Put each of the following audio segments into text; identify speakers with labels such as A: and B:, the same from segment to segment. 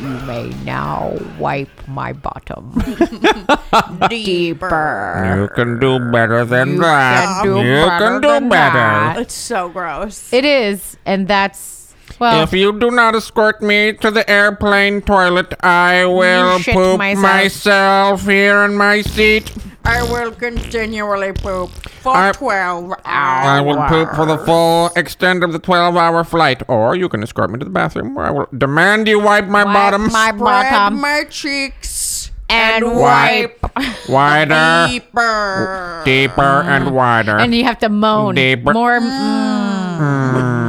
A: You may now wipe my bottom deeper.
B: You can do better than
A: You
B: that.
A: can do
B: you
A: better
B: can do
A: than
B: better.
A: that.
C: It's so gross.
A: It is, and that's well.
B: If you do not escort me to the airplane toilet, I will
A: shit
B: poop
A: myself.
B: myself here in my seat.
C: I will continually poop for
B: I-
C: 12
B: I
C: hours.
B: will poop for the full extent of the 12 hour flight, or you can escort me to the bathroom where I will demand you wipe my
A: wipe
B: bottom
A: my
C: Spread
A: bottom,
C: my cheeks
A: and
B: wipe
A: wipe,
B: wider,
C: deeper.
B: deeper, and wider.
A: and you have to moan
B: Deeper.
A: more. mm.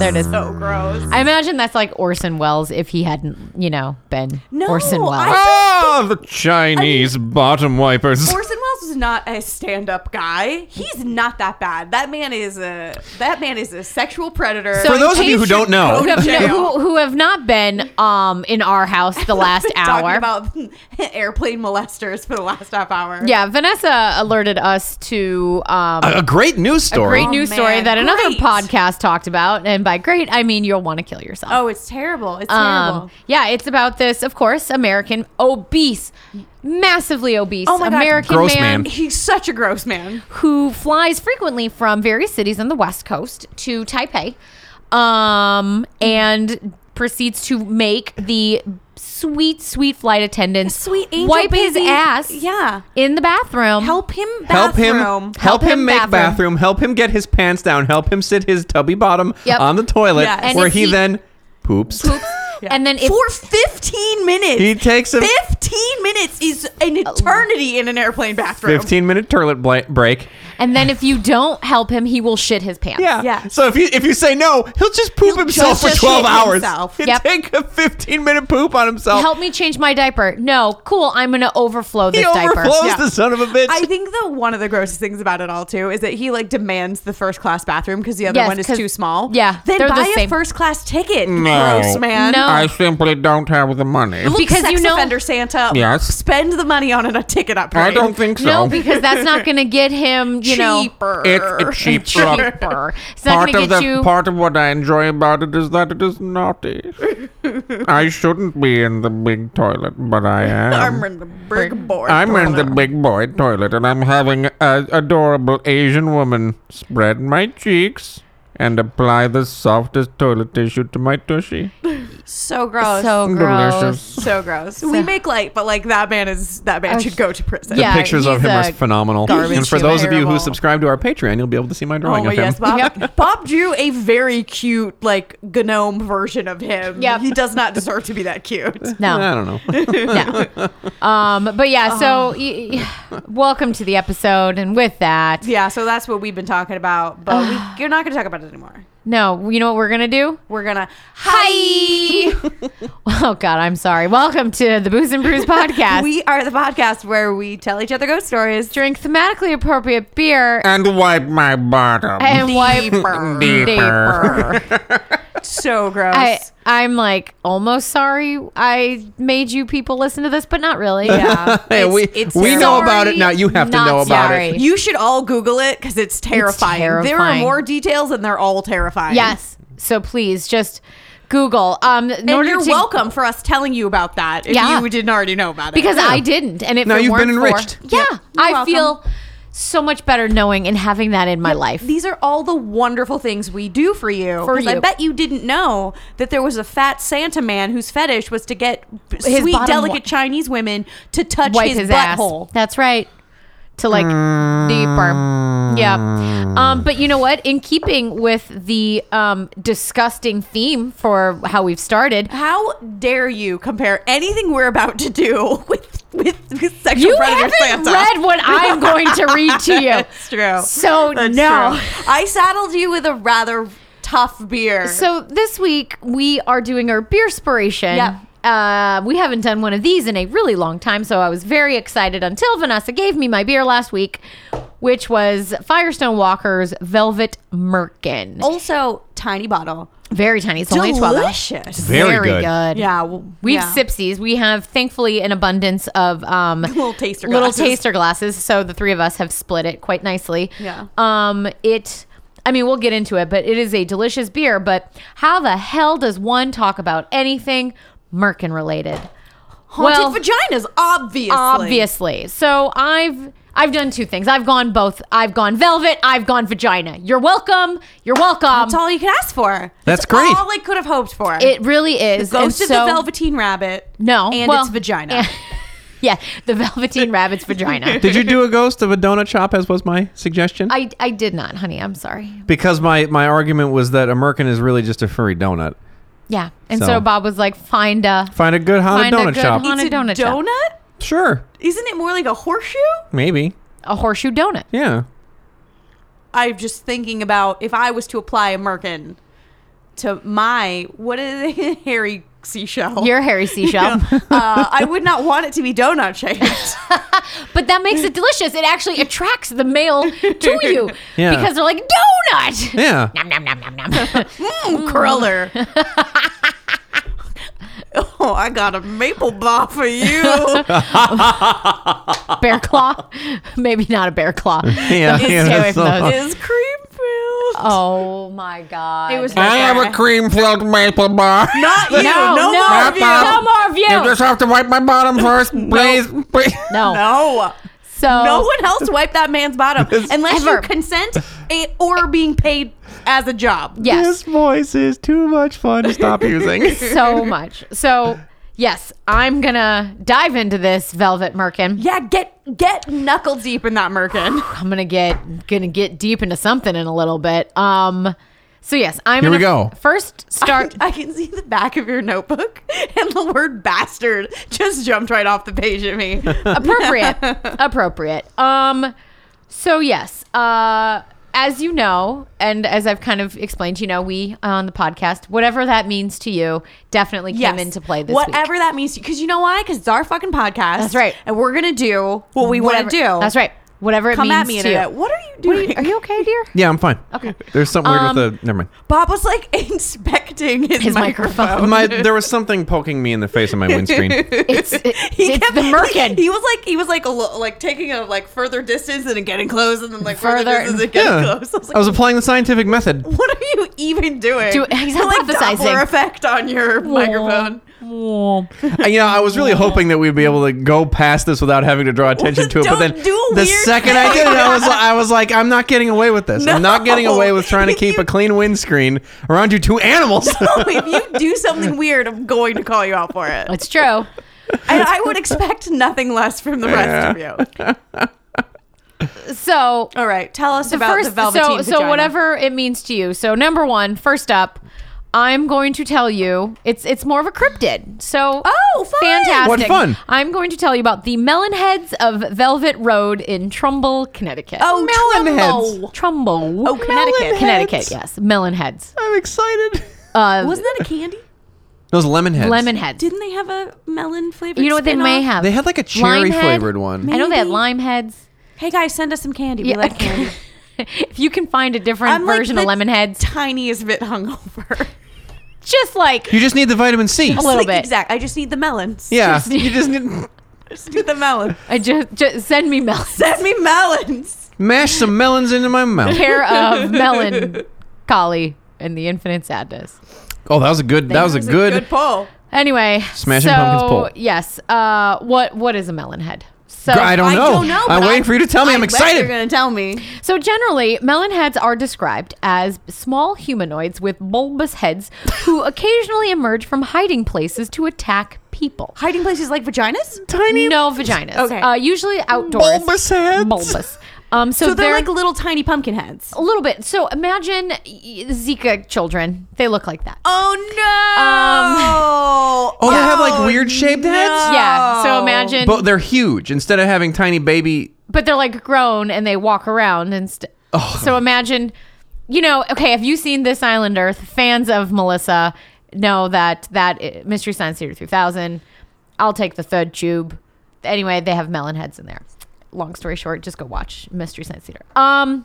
A: There it is.
C: So gross.
A: I imagine that's like Orson Welles if he hadn't, you know, been
C: No,
A: Orson Welles.
C: I-
B: ah, the Chinese bottom wipers.
C: Orson Welles is not a stand-up guy. He's not that bad. That man is a that man is a sexual predator.
A: So
D: For
A: in
D: those of you
A: case
D: who don't
A: who
D: know,
A: have,
C: jail.
A: who, who have not been um in our house the last
C: talking
A: hour.
C: about airplane molesters for the last half hour.
A: yeah, Vanessa alerted us to um,
D: a great news story.
A: great news
C: Oh, man.
A: story that another
C: Great.
A: podcast talked about, and by great I mean you'll want to kill yourself.
C: Oh, it's terrible. It's terrible.
A: Um, yeah, it's about this, of course, American obese, massively obese
C: Oh my God.
A: American
D: Gross
A: man,
D: man.
C: He's such a gross man.
A: who flies frequently from various cities on the West Coast to Taipei, um, and proceeds to make the sweet, sweet flight attendants
C: Sweet angel
A: wipe his
C: baby.
A: ass,
C: Yeah.
A: in the bathroom.
C: Help him
D: Help him,
C: bathroom.
D: help him make bathroom.
A: bathroom.
D: Help him get his pants down. Help him sit his tubby bottom
A: Yep.
D: on the toilet,
C: Yes. And
D: where
A: if
D: he,
A: he-
D: then poops.
A: Poops. and then if
C: for 15 minutes.
D: He takes a
C: 15 minutes is an eternity in an airplane bathroom.
D: 15 minute toilet bla- break.
A: and then if you don't help him, he will shit his pants.
D: Yeah.
C: Yeah.
D: So if you if you say no, he'll just poop himself
C: just shit
D: for 12 hours.
C: himself.
D: He'll
A: Yep.
D: take a 15 minute poop on himself.
A: Help me change my diaper. No, cool. I'm gonna overflow this
D: he
A: diaper.
D: overflows
C: Yeah.
D: the son of a bitch.
C: I think the one of the grossest things about it all too is that he like demands the first class bathroom because the other
A: Yes,
C: one is
A: 'cause-
C: too small.
A: yeah,
C: then
A: they're the
C: buy a
A: same.
C: first class ticket.
B: No.
C: Gross man.
A: No.
B: I simply don't have the money.
C: Look,
A: Because
C: sex
A: you know-
C: offender Santa.
B: Yes.
C: Spend the money on a ticket upgrade.
B: I don't think so.
A: No, because that's not gonna get him. You know.
C: cheaper.
B: It's a cheap product.
A: Cheaper. It's not
B: Part
A: gonna
B: of
A: get
B: the
A: you.
B: part of what I enjoy about it is that it is naughty. I shouldn't be in the big toilet, but I
C: I'm
B: am.
C: in the big boy.
B: I'm in the big boy toilet, and I'm having an adorable Asian woman spread my cheeks and apply the softest toilet tissue to my tushy.
C: so gross.
A: so Oh, gross.
B: Delicious.
C: So gross. we make light, but like that man is that man
A: Oh,
C: should go to prison.
A: yeah.
D: Pictures of
A: he's
D: him are
A: a
D: phenomenal.
A: garbage
D: And for those of you who
C: terrible.
D: subscribe to our Patreon, you'll be able to see my
C: Oh
D: drawing
C: my
D: of him.
C: yes, Bob. Bob drew a very cute like gnome version of him.
A: Yep.
C: he does not deserve to be that cute.
D: I
A: No,
D: don't know.
A: no. Um, but yeah,
D: Oh.
A: so y- y- welcome to the episode, and with that,
C: Yeah, so that's what we've been talking about, but we, you're not going to talk about it anymore.
A: no, you know what we're gonna do?
C: We're gonna
A: Hi. oh God, I'm sorry. Welcome to the Booze and Brews podcast. we
C: We are the podcast where we tell each other ghost stories.
A: drink thematically appropriate beer
B: And wipe my bottom.
A: and wipe
B: Deeper.
A: deeper.
C: So gross.
A: I, I'm like almost sorry I made you people listen to this, but not really.
C: yeah,
D: Hey,
C: it's-
D: we
C: it's
D: we
C: terrible.
D: know about it. Now you have to
A: Not
D: know about
A: sorry.
D: it.
C: You should all Google it because it's terrifying. There are
A: terrifying.
C: more details, and they're all terrifying.
A: Yes. So please just Google. Um, in
C: and
A: order
C: you're
A: to-
C: welcome for us telling you about that if
A: Yeah.
C: you didn't already know about it.
A: because I didn't, and if
D: No,
A: it
D: you've
A: weren't
D: been
A: for-
D: enriched.
A: yeah,
C: You're
A: I
C: welcome.
A: feel so much better knowing and having that in my life.
C: These are all the wonderful things we do for you.
A: For
C: 'Cause I
A: you.
C: bet you didn't know that there was a fat Santa man whose fetish was to get b-
A: His
C: sweet,
A: bottom
C: delicate
A: wi-
C: Chinese women to touch
A: Wipe
C: his,
A: his
C: butthole.
A: ass. That's right. To like deeper. Yeah. Um, but you know what? In keeping with the um, disgusting theme for how we've started,
C: How dare you compare anything we're about to do with with, with sexual
A: you
C: predator
A: haven't
C: Santa?
A: read what I'm going to read to you.
C: That's true.
A: So
C: That's
A: no.
C: true. I saddled you with a rather tough beer.
A: So this week we are doing our beer spiration.
C: Yep.
A: Uh, we haven't done one of these in a really long time, so I was very excited until Vanessa gave me my beer last week, which was Firestone Walker's Velvet Merkin.
C: also tiny bottle.
A: Very tiny. It's only twelve. ounce.
C: Oh. Delicious.
D: Very good.
C: Yeah, well,
A: We've
C: yeah.
A: sipsies. We have thankfully an abundance of um,
C: Little taster
A: little
C: glasses.
A: taster glasses. So the three of us have split it quite nicely.
C: Yeah.
A: Um. It. I mean, we'll get into it, but it is a delicious beer. But how the hell does one talk about anything Merkin related?
C: haunted
A: Well-
C: vaginas, obviously.
A: Obviously. So I've I've done two things. I've gone both. I've gone velvet. I've gone vagina. You're welcome. You're welcome.
C: That's all you could ask for.
D: That's great.
C: All I could have hoped for.
A: It really is. And
C: Ghost of
A: so-
C: the Velveteen Rabbit.
A: No.
C: and
A: well,
C: its vagina.
A: and- yeah, the velveteen rabbit's vagina.
D: Did you do a ghost of a donut shop as was my suggestion?
A: I, I did not, honey. I'm sorry.
D: because my my argument was that American is really just a furry donut.
A: Yeah. And so,
D: So-
A: Bob was like, find a.
D: Find a good haunted
A: Find a
D: donut
A: good
D: shop.
A: haunt- on a
C: it's
A: donut
C: a
A: shop.
C: donut.
D: sure.
C: Isn't it more like a horseshoe?
D: Maybe.
A: A horseshoe donut.
D: Yeah.
C: I'm just thinking about if I was to apply a merkin to my what is it, hairy seashell?
A: You're a hairy seashell.
C: uh, I would not want it to be donut shaped.
A: But that makes it delicious. It actually attracts the male to you
D: Yeah.
A: because they're like, donut.
D: Yeah.
A: Nom, nom, nom, nom, nom.
C: Cruller. oh, I got a maple bar for you.
A: bear claw. Maybe not a bear claw.
D: Yeah. yeah,
A: stay away
D: that's
A: from
D: all.
A: those.
C: is cream filled.
A: Oh my God.
C: It was
B: I have a cream filled maple bar.
C: not you.
A: No, no,
C: No, more
A: no,
C: of you.
A: no more of you.
B: You just have to wipe my bottom first, please. please.
A: no.
C: No.
A: So
C: No one else wiped that man's bottom unless
A: Oh. Ever.
C: you consent a- or being paid as a job.
A: Yes.
D: This voice is too much fun to stop using.
A: so much. So yes, I'm gonna dive into this Velvet Merkin.
C: Yeah, get get knuckle deep in that merkin.
A: I'm gonna get gonna get deep into something in a little bit. Um so yes, I'm
D: Here we
A: gonna
D: go.
A: first start
C: I can see the back of your notebook and the word bastard just jumped right off the page at me.
A: appropriate. appropriate. Um so yes, uh as you know, and as I've kind of explained, you know, we on the podcast, whatever that means to you, definitely came into play this week.
C: Whatever that means to you. Because you know why? Because it's our fucking podcast.
A: That's right.
C: And we're going to do what we want
A: Whatever-
C: to do.
A: That's right. Whatever it
C: Come
A: means
C: at me,
A: to
C: internet.
A: you.
C: What are you doing?
A: Are you okay, dear?
D: yeah, I'm fine. Okay. There's something weird
A: Um,
D: with the. Never mind.
C: Bob was like inspecting his,
A: His microphone.
C: microphone.
D: My, there was something poking me in the face on my windscreen.
A: It's, it,
C: He
A: it's
C: kept-
A: the Merkin.
C: He was like he was like a lo- like taking a like further distance and then getting close and then like further,
A: Further.
C: distance and getting
D: yeah.
C: close. I was like,
D: I was applying the scientific method.
C: what are you even doing?
A: Do- he's
C: You're, like
A: hypothesizing.
C: Doppler effect on your microphone.
D: you know, I was really hoping that we'd be able to go past this without having to draw attention to it. But
C: Don't
D: then
C: do
D: the
C: weird
D: second I did it, I was like, I was like, I'm not getting away with this. I'm not getting away with trying to keep a clean windscreen around you two animals.
C: Oh, if you do something weird, I'm going to call you out for it.
A: It's true.
C: And I would expect nothing less from the rest of you.
A: So
C: All right, tell us
A: the
C: about
A: first,
C: the velveteen
A: so so
C: vagina.
A: whatever it means to you. So number one, first up, I'm going to tell you it's it's more of a cryptid. So
C: Oh, fun!
A: fantastic!
D: What fun.
A: I'm going to tell you about the melon heads of Velvet Road in Trumbull, Connecticut.
C: Oh,
D: Melon
C: Trumbo.
A: Trumbull,
C: Oh, Connecticut.
D: Melon
A: Connecticut.
D: heads.
A: Yes, melon heads.
D: I'm excited.
A: Uh,
C: Wasn't that a candy?
D: Those lemon heads.
A: lemon heads.
C: Didn't they have a melon flavor?
A: You know what they may have?
D: They had like a
A: Lime
D: cherry
A: head.
D: flavored one.
A: I know they had
C: Maybe.
A: lime heads.
C: Hey guys, send us some candy. We like candy.
A: if you can find a different
C: I'm like
A: version
C: the
A: of lemon heads,
C: Tiniest bit hungover.
A: just like
D: You just need the vitamin C.
A: A little bit.
C: Exactly. I just need the melons.
D: Yeah.
A: Just-
D: you just need
C: Just need the melon.
A: I just, just send me melon.
C: Send me melons.
D: mash some melons into my mouth.
A: Pair of melon collie and the infinite sadness.
D: Oh, that was a good. That was a good.
C: Good pull.
A: Anyway,
D: Smashing
A: so,
D: Pumpkins poll.
A: Yes. Uh, what what is a melon head? So
D: I don't
C: I
D: know.
C: don't know.
D: I'm
C: but
D: waiting
C: I-
D: for you to tell me.
C: I
D: I'm
C: bet You're
D: excited.
C: gonna tell me.
A: So generally, melon heads are described as small humanoids with bulbous heads who occasionally emerge from hiding places to attack people.
C: Hiding places like vaginas.
D: Tiny
A: No vaginas.
C: Okay.
A: Uh, usually outdoors.
D: Bulbous heads?
A: Bulbous. Um, so,
C: So they're like little tiny pumpkin heads.
A: a little bit. So imagine y- Zika children. They look like that.
C: Oh
A: no.
C: Um,
D: Oh, they have like weird shaped heads.
A: Yeah. So imagine,
D: Oh. But
A: but,
D: they're huge. Instead of having tiny baby
A: they're like grown and they walk around and. St- So imagine you know, okay, have you seen This Island Earth? Fans of Melissa know that that i- Mystery Science Theater 3000. I'll take the third tube. Anyway, they have melon heads in there. Long story short, just go watch Mystery Science Theater. Um,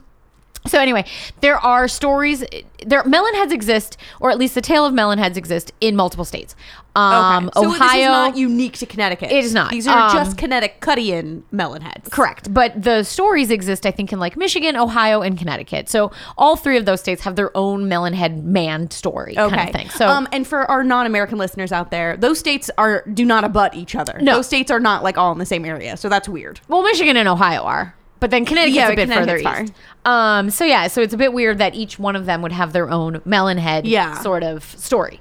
A: so anyway, there are stories. eh, There melon heads exist, or at least the tale of melon heads exist in multiple states.
D: Oh,
A: Um,
C: so
A: Ohio.
C: this is not unique to Connecticut.
A: It is not.
C: These are
A: Um,
C: just Connecticutian melon heads.
A: Correct. But the stories exist, I think, in like Michigan, Ohio, and Connecticut. So all three of those states have their own Melonhead man story
C: Okay.
A: kind of thing. So
C: um, and for our non-American listeners out there, those states are do not abut each other.
A: No.
C: those states are not like all in the same area, so that's weird.
A: Well, Michigan and Ohio are, but then Connecticut's
C: Yeah,
A: a bit further
C: Connecticut's
A: east. Um, so yeah, so it's a bit weird that each one of them would have their own melon head
C: Yeah.
A: sort of story.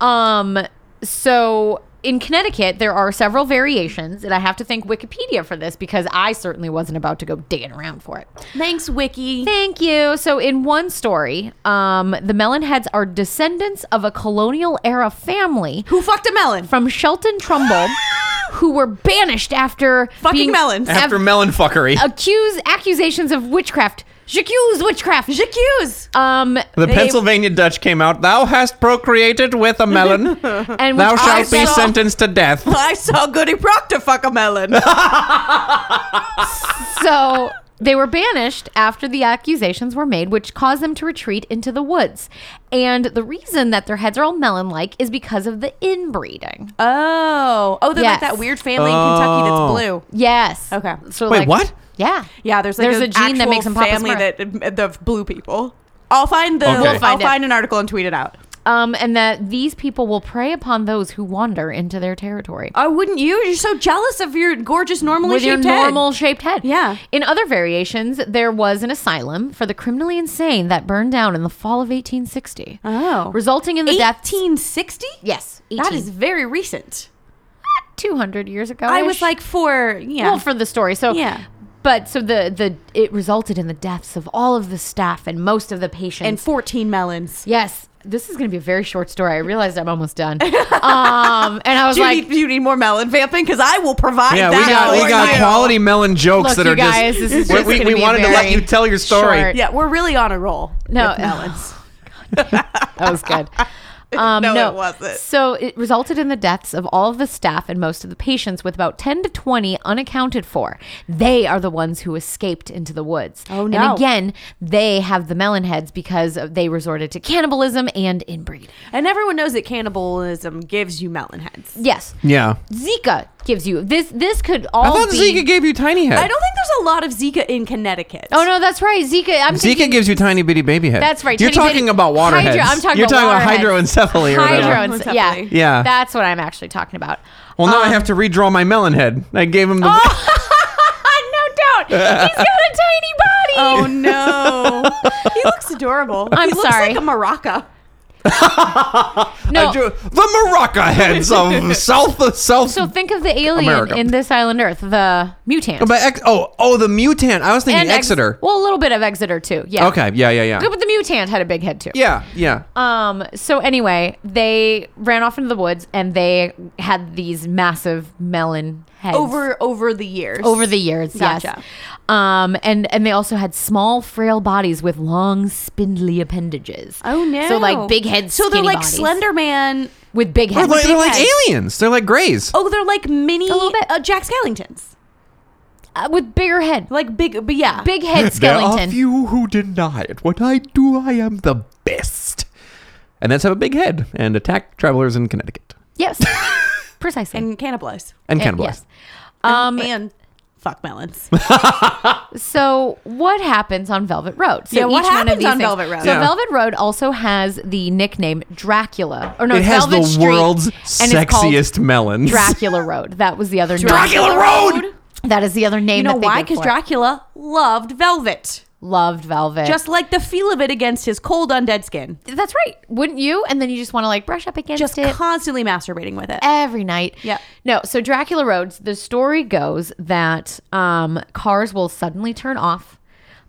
A: Um, so in Connecticut, there are several variations, and I have to thank Wikipedia for this because I certainly wasn't about to go digging around for it.
C: Thanks, Wiki.
A: Thank you. So, in one story, um, the Melonheads are descendants of a colonial era family
C: Who fucked a melon?
A: from Shelton Trumbull who were banished after
C: Fucking melons.
D: After melon fuckery.
A: accused accusations of witchcraft. J'accuse witchcraft.
C: J'accuse.
A: Um,
D: the
A: they-
D: Pennsylvania Dutch came out. Thou hast procreated with a melon.
A: and
D: Thou
A: which
D: shalt be
A: also-
D: sentenced to death.
C: I saw Goody Proctor fuck a melon.
A: So they were banished after the accusations were made, which caused them to retreat into the woods. And the reason that their heads are all melon-like is because of the inbreeding.
C: oh, oh, they're
A: Yes.
C: like that weird family in Kentucky that's
D: Oh.
C: blue.
A: Yes.
C: Okay.
A: So
D: Wait, what?
A: Yeah.
C: Yeah, there's like
A: there's a gene that
C: actual
A: makes them pop
C: family
A: that.
C: that the blue people. I'll find the.
D: Okay. We'll
C: I'll
A: find
C: find,
A: it.
C: an article and tweet it out.
A: Um, and that these people will prey upon those who wander into their territory.
C: Oh, wouldn't you? You're so jealous of your gorgeous, normally
A: with your
C: shaped head.
A: normal shaped head.
C: Yeah.
A: In other variations, there was an asylum for the criminally insane that burned down in the fall of 1860.
C: Oh.
A: Resulting in the deaths.
C: 1860?
A: Yes. 18,
C: That is very recent.
A: 200 years ago.
C: I was like for yeah.
A: well, for the story. So,
C: Yeah.
A: But so the, the, it resulted in the deaths of all of the staff and most of the patients.
C: and 14 melons.
A: yes. This is going to be a very short story. I realized I'm almost done. um, and I was
C: Do you,
A: like,
C: need, do you need more melon vamping? Because I will provide
D: Yeah,
C: that.
D: we got
C: for
D: we got
C: you.
D: quality melon
A: Look,
D: jokes that
A: you
D: are
A: guys,
D: just.
A: this is
D: we-
A: just
D: we
A: gonna
D: we
A: be
D: wanted to let
A: very
D: you tell your story.
A: short.
C: Yeah, we're really on a roll.
A: No.
C: with melons.
A: That was good. Um,
C: No, it wasn't.
A: So it resulted in the deaths of all of the staff and most of the patients, with about 10 to 20 unaccounted for. They are the ones who escaped into the woods.
C: Oh, no.
A: And again, they have the melon heads because of- they resorted to cannibalism and inbreeding.
C: and everyone knows that cannibalism gives you melon heads.
A: Yes.
D: Yeah.
A: Zika gives you this. This could
D: I
A: all
D: thought
A: be.
D: Zika gave you tiny head.
C: I don't think there's a lot of Zika in Connecticut.
A: Oh no, that's right. Zika. I'm
D: Zika
A: thinking-
D: gives you tiny bitty baby head.
A: That's right.
D: You're
A: tiny
D: talking
A: bitty-
D: about water
A: Hydro-
D: heads.
A: I'm talking
D: You're
A: about
D: talking
A: water
D: about
A: heads.
D: hydroencephaly or whatever.
C: Hydro-
A: Hydroencephaly. Yeah.
C: Hydroencephaly.
D: Yeah.
A: That's what I'm actually talking about.
D: well, now I
A: Uh,
D: have to redraw my melon head. I gave him the.
A: Oh! no, don't. He's got a tiny body.
C: Oh, no. he looks adorable.
A: I'm
C: he
A: sorry.
C: looks like a maraca.
A: no.
D: I drew- the Morocco heads of South South.
A: So think of the alien
D: America.
A: in this island Earth, the mutant.
D: but ex- oh oh the mutant. I was thinking
A: Ex-
D: Exeter.
A: well, a little bit of Exeter too. Yeah.
D: okay. Yeah. Yeah. Yeah.
A: But the mutant had a big head too.
D: Yeah. Yeah.
A: Um. So anyway, they ran off into the woods and they had these massive melon heads
C: Over over the years.
A: over the years.
C: Gotcha.
A: Yes. Um. And and they also had small, frail bodies with long, spindly appendages.
C: Oh no.
A: So like big heads.
C: So they're
A: skinny
C: like
A: bodies
C: Slender Man.
A: with big
D: They're
A: heads.
D: like, they're like
C: heads.
D: aliens. They're like grays.
C: Oh, they're like mini
A: A little bit.
C: Uh, Jack Skellingtons.
A: Uh, with bigger head.
C: Like big, but yeah.
A: Big head skeleton.
D: few who deny it. What I do, I am the best. And that's have a big head and attack travelers in Connecticut
A: yes. Precisely.
C: And cannibalize.
D: and
A: And-
D: cannibalize.
A: yes. Um,
C: and fuck melons.
A: So what happens on Velvet Road? So
C: Yeah, what
A: each one of
C: happens
A: these
C: on
A: things-
C: Velvet Road?
A: So
D: Yeah.
A: Velvet Road also has the nickname Dracula, or no,
D: it has
A: Velvet
D: the
A: Street,
D: world's
A: and it's called
D: sexiest melons.
A: Dracula Road. That was the other name.
D: Dracula Road.
A: That is the other name.
C: You know
A: that they
C: why?
A: give for
C: Because
A: it.
C: Dracula loved velvet.
A: loved Velvet.
C: Just like the feel of it against his cold undead skin.
A: that's right. Wouldn't you? And then you just want to like brush up against
C: Just
A: it.
C: constantly masturbating with it.
A: every night.
C: Yeah.
A: No, so Dracula Roads, the story goes that um, cars will suddenly turn off.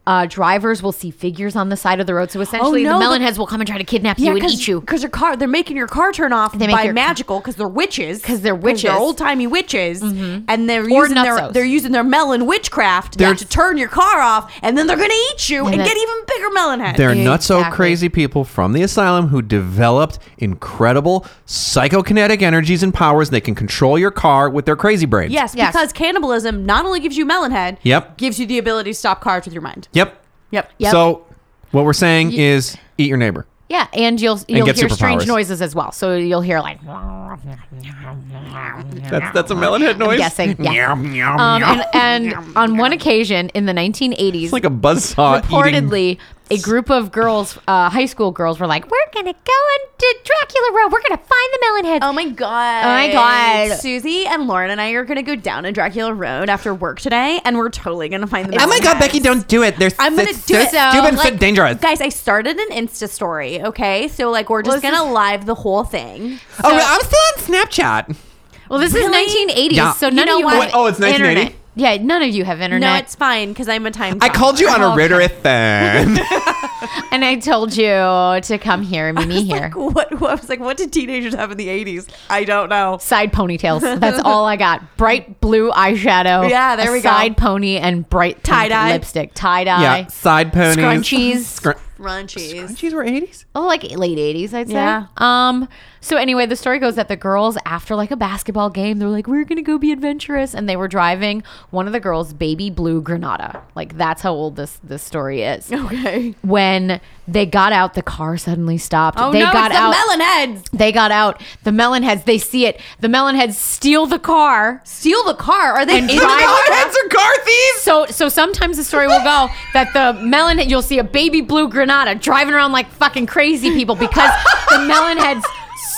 A: Uh, drivers will see figures on the side of the road. So essentially,
C: Oh, no,
A: the
C: the-
A: melon heads will come and try to kidnap you and eat you.
C: because your car they're making your car turn off
A: They make
C: by
A: your-
C: magical because they're witches
A: 'Cause they're witches. Mm-hmm.
C: old timey witches and they're
A: Or
C: using their
A: nutsos.
C: they're using their melon witchcraft
D: They're-
C: to turn your car off and then they're gonna eat you and,
A: And
C: get
A: that-
C: even bigger melon heads.
D: They're not so
A: Exactly.
D: crazy people from the asylum who developed incredible psychokinetic energies and powers. They can control your car with their crazy brains.
C: yes,
A: Yes.
C: because cannibalism not only gives you melon head,
D: Yep.
C: gives you the ability to stop cars with your mind.
D: Yep.
C: Yep.
A: Yep.
D: So what we're saying is eat your neighbor.
A: Yeah, and you'll you'll
D: get
A: hear strange
D: superpowers.
A: noises as well. So you'll hear like
D: That's that's a melon head noise.
A: guessing. Yeah. Um, and, and on one occasion in the 1980s,
D: It's like a buzzsaw. Eating.
A: reportedly a group of girls, uh, high school girls, were like, "We're gonna go into Dracula Row. We're gonna find the melon heads."
C: Oh my god.
A: Oh my God.
C: Susie and Lauren and I are gonna go down to Dracula Road after work today and we're totally gonna find the
D: Oh my god, Becky, don't do it. They're
C: I'm gonna
D: it's-
C: do
D: they're
C: it.
D: Stupid,
C: Like,
D: dangerous.
C: Guys, I started an Insta story, okay? So like we're
A: Well,
C: just
A: this
C: gonna live the whole thing.
D: oh, I'm still on Snapchat.
A: well, this
C: Really?
A: is 1980s,
D: Yeah.
A: so
D: You
A: none
C: know
A: of you.
C: what?
A: Have
D: Oh, it's 1980?
A: internet. Yeah, none of you have internet.
C: No, it's fine because I'm a time.
D: I called you on a
A: Okay.
D: Ritterithan.
A: and I told you to come here and meet me here.
C: Like, what, what? I was like, what did teenagers have in the '80s? I don't know.
A: Side ponytails. That's all I got. Bright blue eyeshadow.
C: Yeah, there
A: a
C: we go.
A: Side pony and bright tie
C: Tie-dye.
A: dye lipstick. Tie dye.
D: yeah, side ponies.
A: Scrunchies.
D: Scrun-
C: Runchies.
D: Scrunchies were 80s?
A: Oh, like late 80s, I'd say.
C: Yeah.
A: Um, so anyway, the story goes that the girls after like a basketball game, they're like, "We're going to go be adventurous." And they were driving one of the girls baby blue Granada. Like that's how old this this story is.
C: Okay.
A: When they got out, the car suddenly stopped.
C: Oh
A: they
C: no,
A: got
C: it's the
A: out.
C: melon heads.
A: they got out. The melon heads, they see it. The melon heads steal the car.
C: Steal the car. Are they
A: And
C: in the
A: drive-
C: car?
D: Heads are car thieves!
A: So so sometimes the story will go that the melon head you'll see a baby blue granada driving around like fucking crazy people because the melon heads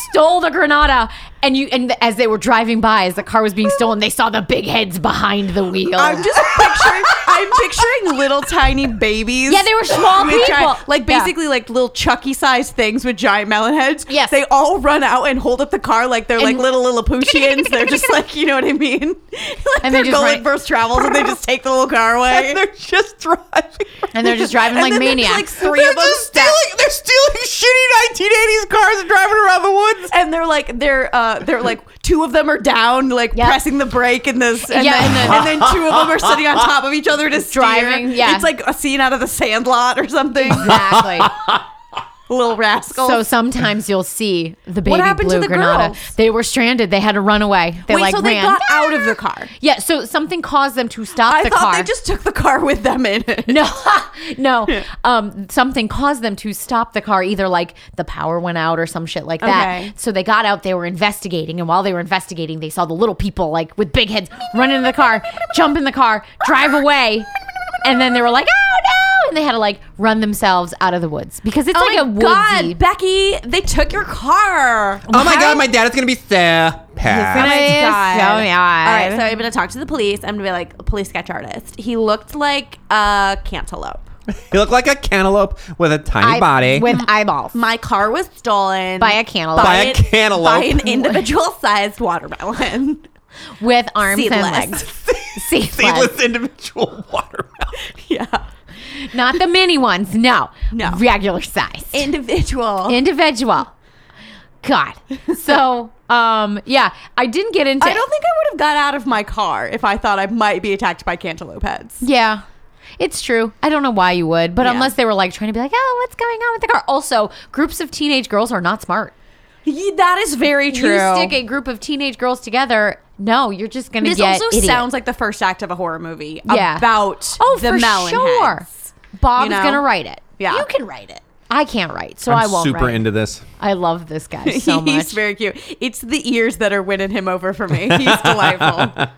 A: stole the granada and you and as they were driving by as the car was being stolen they saw the big heads behind the wheel.
C: I'm just picturing. I'm picturing little tiny babies.
A: Yeah, they were small
C: with
A: people.
C: giant- like
A: Yeah.
C: basically like little Chucky-sized things with giant melon heads.
A: Yes.
C: they all run out and hold up the car like they're like
A: And-
C: little Lilliputians. they're just like you know what I mean.
A: And
C: like
A: they
C: they're
A: just
C: going
A: run-
C: first travels and they just take the little car away.
D: And they're just driving.
A: and they're just driving
C: And
A: like
C: then there's,
A: maniacs.
C: like, three
D: they're
C: of them
D: just
C: stacked.
D: stealing. They're stealing shitty 1980s cars and driving around the woods.
C: and they're like they're uh they're like two of them are down like
A: Yeah.
C: pressing the brake and this and,
A: Yeah.
C: then, and then two of them are sitting on top of each other to steer.
A: Driving, yeah.
C: it's like a scene out of the Sandlot or something
A: exactly.
C: little rascal
A: So sometimes you'll see the baby
C: happened to
A: blue
C: the
A: granada.
C: girls?
A: They were stranded. They had to run away. They
C: wait
A: like
C: so they
A: ran.
C: got out of the car
A: yeah, so something caused them to stop
C: I
A: the
C: thought
A: car.
C: they just took the car with them in it
A: No, no. Um, something caused them to stop the car. Either like the power went out or some shit like that.
C: Okay.
A: So they got out. They were investigating, and while they were investigating, they saw the little people like with big heads run into the car, jump in the car, drive away, and then they were like, "Oh no!" And they had to like run themselves out of the woods because
C: Oh
A: it's like a woodsy.
C: Becky they took your car Oh
D: Oh my god, my dad is gonna be sad.
A: gonna-
C: my
A: Yes,
C: God.
A: so
C: All right,
A: odd.
C: so I'm gonna talk to the police. I'm gonna be like a police sketch artist. He looked like a cantaloupe.
D: You look like a cantaloupe with a tiny
A: eye-
D: body.
A: with eyeballs.
C: My car was stolen
A: By a cantaloupe.
D: By a
C: an-
D: cantaloupe.
C: by an individual-sized watermelon.
A: with arms and
C: Seedless.
A: legs. Seedless.
D: Seedless individual watermelon.
C: yeah,
A: Not the mini ones. No.
C: No.
A: Regular size.
C: individual.
A: individual. God. So, um, yeah, I didn't get into.
C: I don't think I would have got out of my car if I thought I might be attacked by cantaloupe heads.
A: Yeah, it's true. I don't know why you would, but
C: Yeah.
A: unless they were like trying to be like, oh, what's going on with the car? Also, groups of teenage girls are not smart.
C: Ye- That is very true.
A: You stick a group of teenage girls together. No, you're just gonna
C: this
A: get.
C: also
A: idiots.
C: sounds like the first act of a horror movie
A: Yeah.
C: about
A: oh
C: the
A: for
C: melon
A: sure.
C: heads.
A: Bob's
C: you know?
A: gonna write it.
C: Yeah.
A: you can write it. I can't write, so I
D: I'm
A: will not
D: super
A: write.
D: into this.
A: I love this guy so much.
C: He's very cute. It's the ears that are winning him over for me. He's delightful.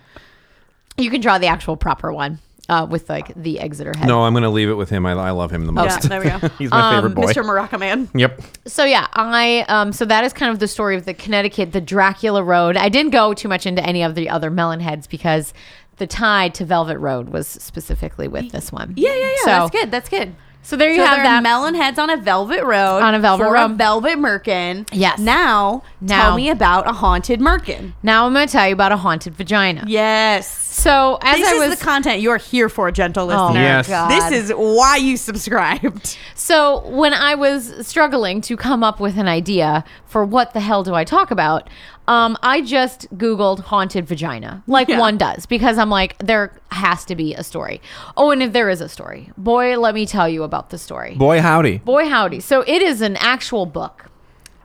A: you can draw the actual proper one uh, with like the Exeter head.
D: No, I'm gonna leave it with him. I, I love him the
A: Oh.
C: yeah,
D: most.
C: there we go.
D: He's my favorite
C: Um,
D: boy.
C: Mr. Maraca Man.
D: Yep.
A: So yeah, I um so that is kind of the story of the Connecticut, the Dracula Road. I didn't go too much into any of the other melon heads because the tie to Velvet Road was specifically with this one.
C: Yeah, yeah, yeah.
A: So,
C: that's good. That's good.
A: So there you have
C: there are
A: that.
C: melon heads on a velvet road
A: On a velvet
C: for
A: road.
C: velvet merkin.
A: Yes.
C: Now,
A: Now.
C: tell me about a haunted merkin.
A: now I'm going to tell you about a haunted vagina.
C: Yes.
A: So as
C: This
A: I
C: is
A: was
C: the content you're here for, gentle
A: Oh,
C: listener.
A: my
D: Yes.
A: God.
C: This is why you subscribed.
A: So when I was struggling to come up with an idea for what the hell do I talk about, um, I just Googled haunted vagina, like
C: Yeah.
A: one does, because I'm like, there has to be a story. Oh, and if there is a story, boy, let me tell you about the story.
D: Boy, howdy.
A: Boy, howdy. So it is an actual book.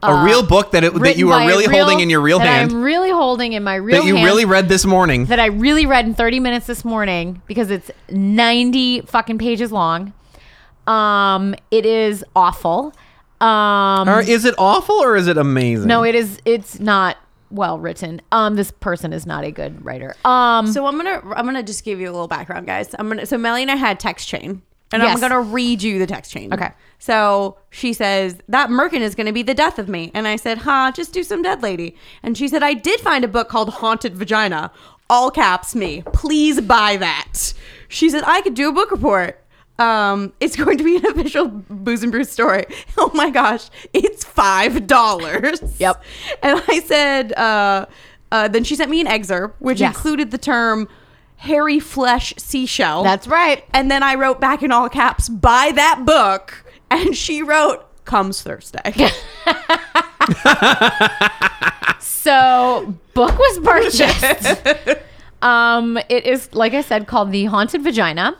D: a real book that, it, that
A: written
D: you
A: by
D: are
A: a
D: really holding in your real
A: that
D: hand
A: I'm really holding in my real
D: that you
A: hand
D: really read this morning.
A: that I really read in 30 minutes this morning because it's 90 fucking pages long. Um, it is awful. Um,
D: Or is it awful or is it amazing?
A: no, it is. It's not well written. Um, this person is not a good writer. Um,
C: So I'm gonna I'm gonna just give you a little background, guys. I'm gonna so Melly and I had text chain, and
A: Yes.
C: I'm gonna read you the text chain.
A: Okay.
C: So she says that Merkin is gonna be the death of me, and I said, "Huh, just do some dead lady." And she said, "I did find a book called Haunted Vagina, all caps me. Please buy that." She said, "I could do a book report." Um, it's going to be an official Booze and Brew story. Oh my gosh, it's five dollars.
A: Yep.
C: And I said, uh, uh, then she sent me an excerpt, which
A: Yes.
C: included the term hairy flesh seashell.
A: That's right.
C: And then I wrote back in all caps, buy that book. And she wrote, comes Thursday.
A: so book was purchased. um, it is like I said called the haunted vagina.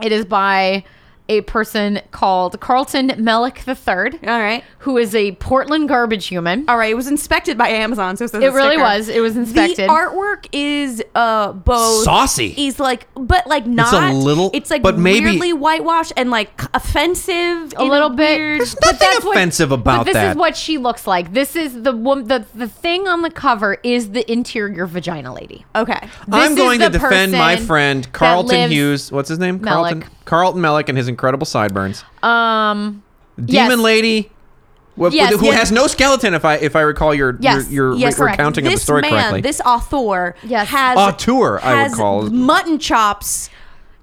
A: It is by a person called Carlton Mellick III,
C: All right.
A: who is a Portland garbage human.
C: All right. It was inspected by Amazon. So it, says
A: It
C: a
A: really
C: Oh, sticker.
A: was. It was inspected.
C: The artwork is uh both
D: Saucy.
C: Is like, but like not.
D: a little-
C: It's like
D: but maybe-
C: weirdly whitewashed and like offensive.
A: a little bit.
D: There's nothing offensive about
A: but this is
D: that.
A: what she looks like. This is the one. The the thing on the cover is the interior vagina lady.
C: Okay.
D: I'm
A: This is
D: going to
A: the
D: defend my
A: person
D: friend
A: that
D: Carlton
A: lives-
D: Hughes. What's his name? Carlton
A: Malick.
D: Carlton Mellick and his incredible sideburns.
A: Um. yes.
D: Demon Lady, wh- wh-
A: Yes,
D: who
A: yes.
D: has no skeleton. If I if I recall your
A: Yes,
D: your, your
A: yes,
D: re-
A: correct.
D: recounting of the
C: this
D: story
C: man,
D: correctly.
C: this author,
A: Yes.
C: has
D: Auteur, I would
C: has
D: call it.
C: mutton chops.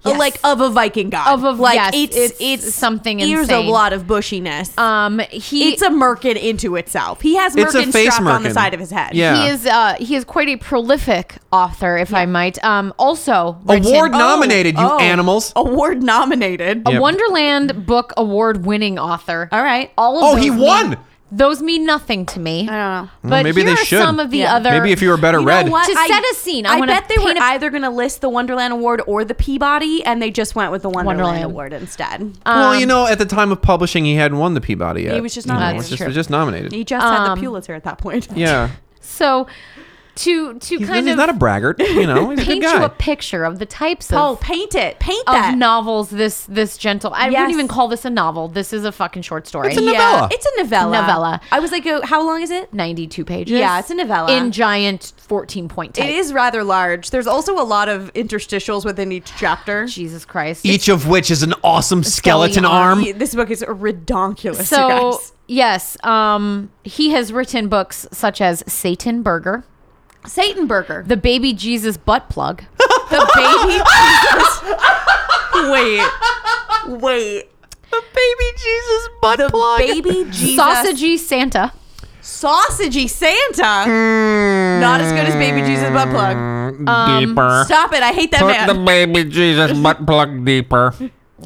C: uh,
A: Yes.
C: Like of a Viking god,
A: Of a-
C: like
A: yes,
C: it's,
A: it's
C: it's
A: something
C: There's
A: insane.
C: a lot of bushiness.
A: Um. He.
C: it's a merkin into itself. He has merkin
D: It's a face
C: strapped on the
D: merkin.
C: side of his head.
D: Yeah.
A: He is. Uh. He is quite a prolific author, if I might. Um. Also. written-
D: Award
A: Oh,
D: nominated, you
C: Oh,
D: animals.
C: Award nominated.
A: A
D: Yep.
A: Wonderland Book Award winning author.
C: All right.
A: All of
D: Oh,
A: those
D: he
A: mean-
D: won!
A: those mean nothing to me.
C: I don't know.
A: But
D: maybe
A: here
D: they
A: are
D: should.
A: some of the
C: Yeah.
A: other.
D: Maybe if you were better
C: You know
D: read.
C: what?
A: To set a scene, I
C: I,
A: wanna
C: bet they
A: paint
C: were
A: a-
C: either going to list the Wonderland Award or the Peabody, and they just went with the Wonderland,
A: Wonderland. Um,
C: Award instead.
D: well, you know, at the time of publishing, he hadn't won the Peabody yet.
C: He was just
D: You know,
C: nominated.
D: it's
A: That's
D: just,
A: true.
D: just nominated.
C: he just had
A: um,
C: the Pulitzer at that point.
D: yeah,
A: So. To to
D: he's,
A: kind
D: he's
A: of
D: not a braggart. You know, he's a good
A: paint you
D: guy.
A: a picture of the types of
C: Oh, paint it, paint that.
A: of novels this this gentle I
C: Yes.
A: wouldn't even call this a novel. This is a fucking short story.
D: It's a novella.
C: It's a novella.
A: Novella.
C: I was like, oh, how long is it?
A: 92 pages.
C: Yeah, it's a novella.
A: In giant 14 point type.
C: It is rather large. There's also a lot of interstitials within each chapter.
A: Jesus Christ.
D: Each of which is an awesome skeleton arm.
C: Yeah, Um, This book is redonkulous. you
A: so
C: guys.
A: yes, um he has written books such as Satan Burger,
C: Satan Burger.
A: The Baby Jesus Butt Plug,
C: The baby Jesus. Wait. Wait.
D: The baby Jesus butt
C: The baby Jesus.
A: Sausagey Santa.
C: Sausagey Santa. Not as good as baby Jesus butt plug. Um,
D: Mm.
B: deeper.
C: Stop it. I hate that
B: Put
C: man.
B: the baby Jesus butt plug deeper.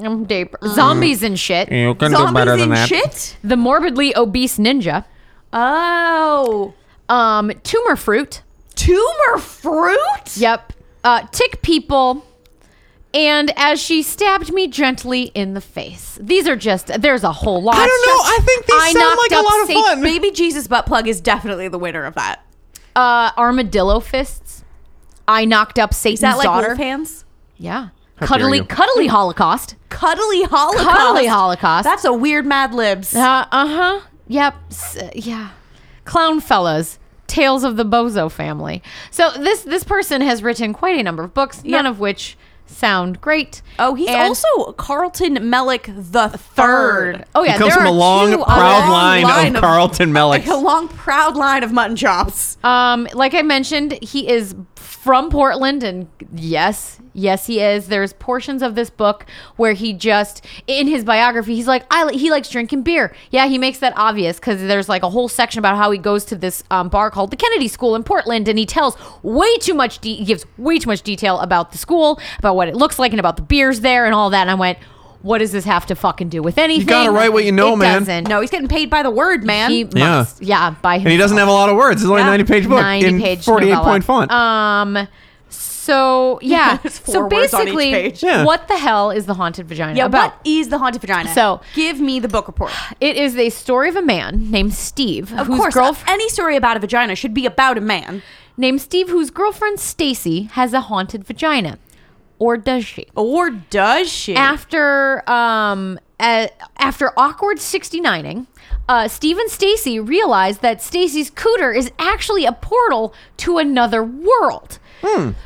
A: um, da-
C: Mm.
A: Zombies and shit.
B: You can do better
C: Zombies
B: than
C: and
B: that.
C: shit?
A: The morbidly obese ninja.
C: Oh.
A: Um, tumor fruit.
C: Tumor fruit?
A: Yep. Uh, tick people. And as she stabbed me gently in the face. These are just, there's a whole lot.
D: I don't know. I think these
A: I
D: sound
A: knocked
D: like a
A: up
D: lot of
A: Sa-
D: fun.
C: Baby Jesus butt plug is definitely the winner of that.
A: Uh, armadillo fists. I knocked up Satan's
C: Is that like
A: daughter.
C: wolf hands?
A: Yeah.
D: dare
A: cuddly,
D: you.
A: cuddly Holocaust.
C: Cuddly Holocaust.
A: Cuddly Holocaust.
C: That's a weird Mad Libs.
A: Uh huh.
C: uh-huh.
A: Yep. S- uh, yeah. Clown fellas. Tales of the Bozo family. So this this person has written quite a number of books, none of which sound great.
C: oh, he's
A: And-
C: also Carlton Mellick the
A: third.
C: third.
A: Oh yeah,
D: It comes
A: there
D: from a
A: are
D: long,
A: two
D: proud
A: other-
D: line,
C: line
D: of,
C: of-
D: Carlton
C: Like
D: Mellick.
C: a long, proud line of mutton chops.
A: Um, like I mentioned, he is from Portland, and yes, yes, he is. There's portions of this book where he just, in his biography, he's like, I li- he likes drinking beer. Yeah, he makes that obvious because there's like a whole section about how he goes to this um, bar called the Kennedy School in Portland, and he tells way too much, de- he gives way too much detail about the school, about what it looks like, and about the beers there, and all that. And I went, what does this have to fucking do with anything?
D: gotta write what you know,
A: It
D: man.
A: doesn't.
C: No, he's getting paid by the word, man.
A: He
D: Yeah.
A: must. Yeah, by
D: And he doesn't have a lot of words. It's only a 90 page book in 48
A: novella.
D: point font.
A: Um, so yeah,
C: There's
A: so
C: four words on each
A: basically,
C: page.
D: Yeah.
A: what the hell is the haunted vagina
C: yeah,
A: about?
C: what is the haunted vagina?
A: So-
C: give me the book report.
A: it is the story of a man named Steve,
C: Of
A: whose
C: course, uh,
A: girlfriend
C: any story about a vagina should be about a man,
A: named Steve, whose girlfriend Stacy has a haunted vagina, or does she?
C: or does she?
A: after um a after awkward 69ing uh, Steve and Stacy realize that Stacy's cooter is actually a portal to another world.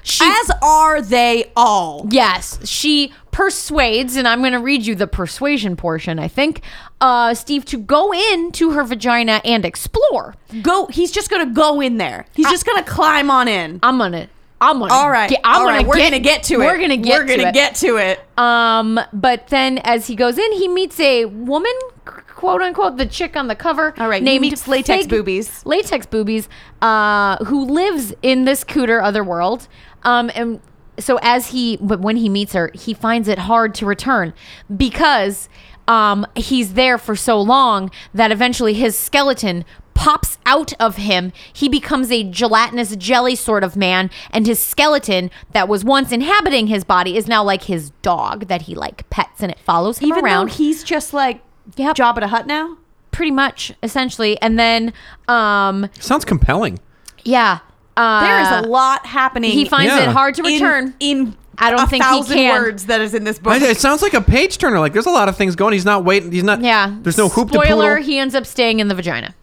A: She,
C: As are they all.
A: yes, she persuades, and I'm going to read you the persuasion portion. I think uh, Steve to go into her vagina and explore.
C: Go. He's just gonna go in there. He's just gonna climb on in.
A: I'm gonna, I'm gonna,
C: All right.
A: get, I'm
C: all
A: gonna,
C: right, We're
A: get,
C: gonna get to it.
A: We're gonna get,
C: We're gonna
A: to it.
C: get to it.
A: Um, but then as he goes in, he meets a woman, quote unquote, the chick on the cover.
C: All right, he meets latex boobies.
A: Latex boobies, uh, who lives in this cooter other world. Um, and so as he, but when he meets her, he finds it hard to return because um, he's there for so long that eventually his skeleton pops out of him. He becomes a gelatinous jelly sort of man, and his skeleton that was once inhabiting his body is now like his dog that he like pets and it follows him
C: Even
A: around.
C: though he's just like
A: Yep.
C: job at a hut now.
A: pretty much, essentially, and then um,
D: Sounds compelling.
A: yeah, uh,
C: There is a lot happening.
A: He finds
D: Yeah.
A: it hard to
C: in-
A: return.
C: in,
A: I don't
C: a
A: think he
C: thousand
A: can.
C: words that is in this book.
D: I, it sounds like a page turner. Like there's a lot of things going. He's not waiting. He's not.
A: yeah,
D: There's no hoop to
A: Spoiler:
D: poodle.
A: He ends up staying in the vagina.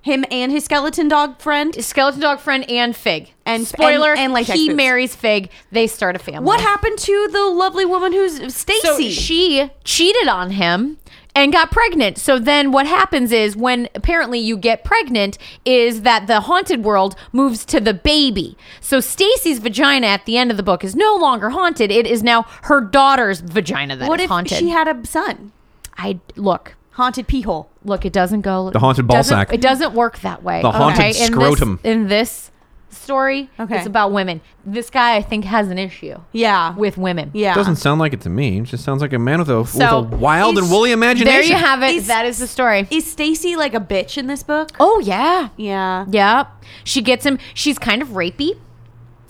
C: Him and his skeleton dog friend.
A: His skeleton dog friend and Fig.
C: And-
A: spoiler:
C: and- and latex
A: he
C: boots.
A: marries Fig. They start a family.
C: What happened to the lovely woman who's Stacy?
A: So she cheated on him and got pregnant. So then what happens is when apparently you get pregnant is that the haunted world moves to the baby. So Stacy's vagina at the end of the book is no longer haunted. It is now her daughter's vagina that is
C: what if
A: haunted.
C: she had a son?
A: I look.
C: Haunted pee hole.
A: Look, it doesn't go the
D: haunted ball sack.
A: It doesn't work that way.
D: The haunted
A: In this-
D: scrotum.
A: in this story,
C: Okay.
A: it's about women. This guy I think has an issue
C: Yeah.
A: with women.
C: yeah.
D: Doesn't sound like it to me. It just sounds like a man with a,
A: So
D: with a wild and
C: he's-
D: woolly imagination.
A: There you have it.
C: Is-
A: that is the story.
C: Is Stacy like a bitch in this book?
A: oh yeah.
C: Yeah.
A: Yep. She gets him. She's kind of rapey.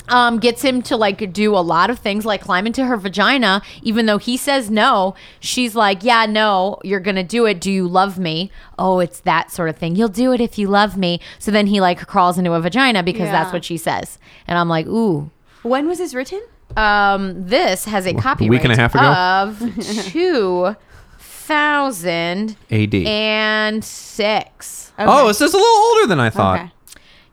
A: Um, gets him to like do a lot of things like climb into her vagina, even though he says no. She's like, Yeah, no, you're gonna do it. Do you love me? Oh, it's that sort of thing. You'll do it if you love me. So then he like crawls into a vagina because that's
C: Yeah.
A: what she says. And I'm like, Ooh,
C: When was this written?
A: um, this has a copyright
D: week and a half ago?
A: of 2006.
D: AD. Oh, this is a little older than I thought.
C: Okay.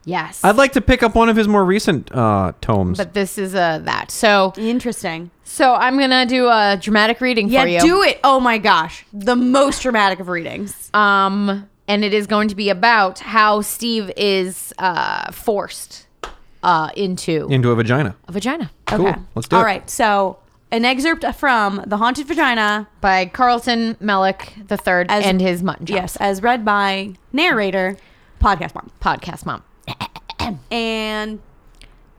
A: Yes.
D: I'd like to pick up one of his more recent uh, tomes.
A: but this is uh, that. So
C: Interesting.
A: So I'm gonna do a dramatic reading
C: Yeah,
A: for you.
C: do it. Oh my gosh. The most dramatic of readings.
A: Um, and it is going to be about how Steve is uh, forced uh, into
D: into a vagina.
A: a vagina
D: Cool. Let's do it.
C: All right. So, an excerpt from The Haunted Vagina,
A: by Carlton Mellick the Third
C: As-
A: and his mutton chop
C: yes, as read by narrator, podcast mom.
A: podcast mom.
C: And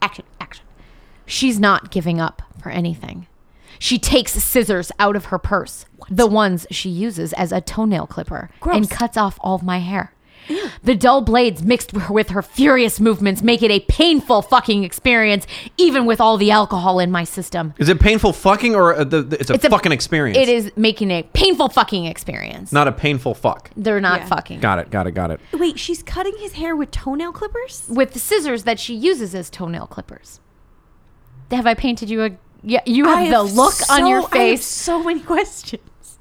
C: action, action.
A: She's not giving up for anything. She takes scissors out of her purse, the ones she uses as a toenail clipper, and cuts off all of my hair. The dull blades mixed w- with her furious movements make it a painful fucking experience, even with all the alcohol in my system.
D: Is it painful fucking or uh, the, the- it's a fucking experience?
A: It is making a painful fucking experience.
D: Not a painful fuck.
A: They're not
C: Yeah.
A: fucking.
D: Got it. Got it. Got it.
C: Wait, she's cutting his hair with toenail clippers?
A: With the scissors that she uses as toenail clippers. Have I painted you a. Yeah, you have the look on your
C: I have
A: face.
C: so many questions.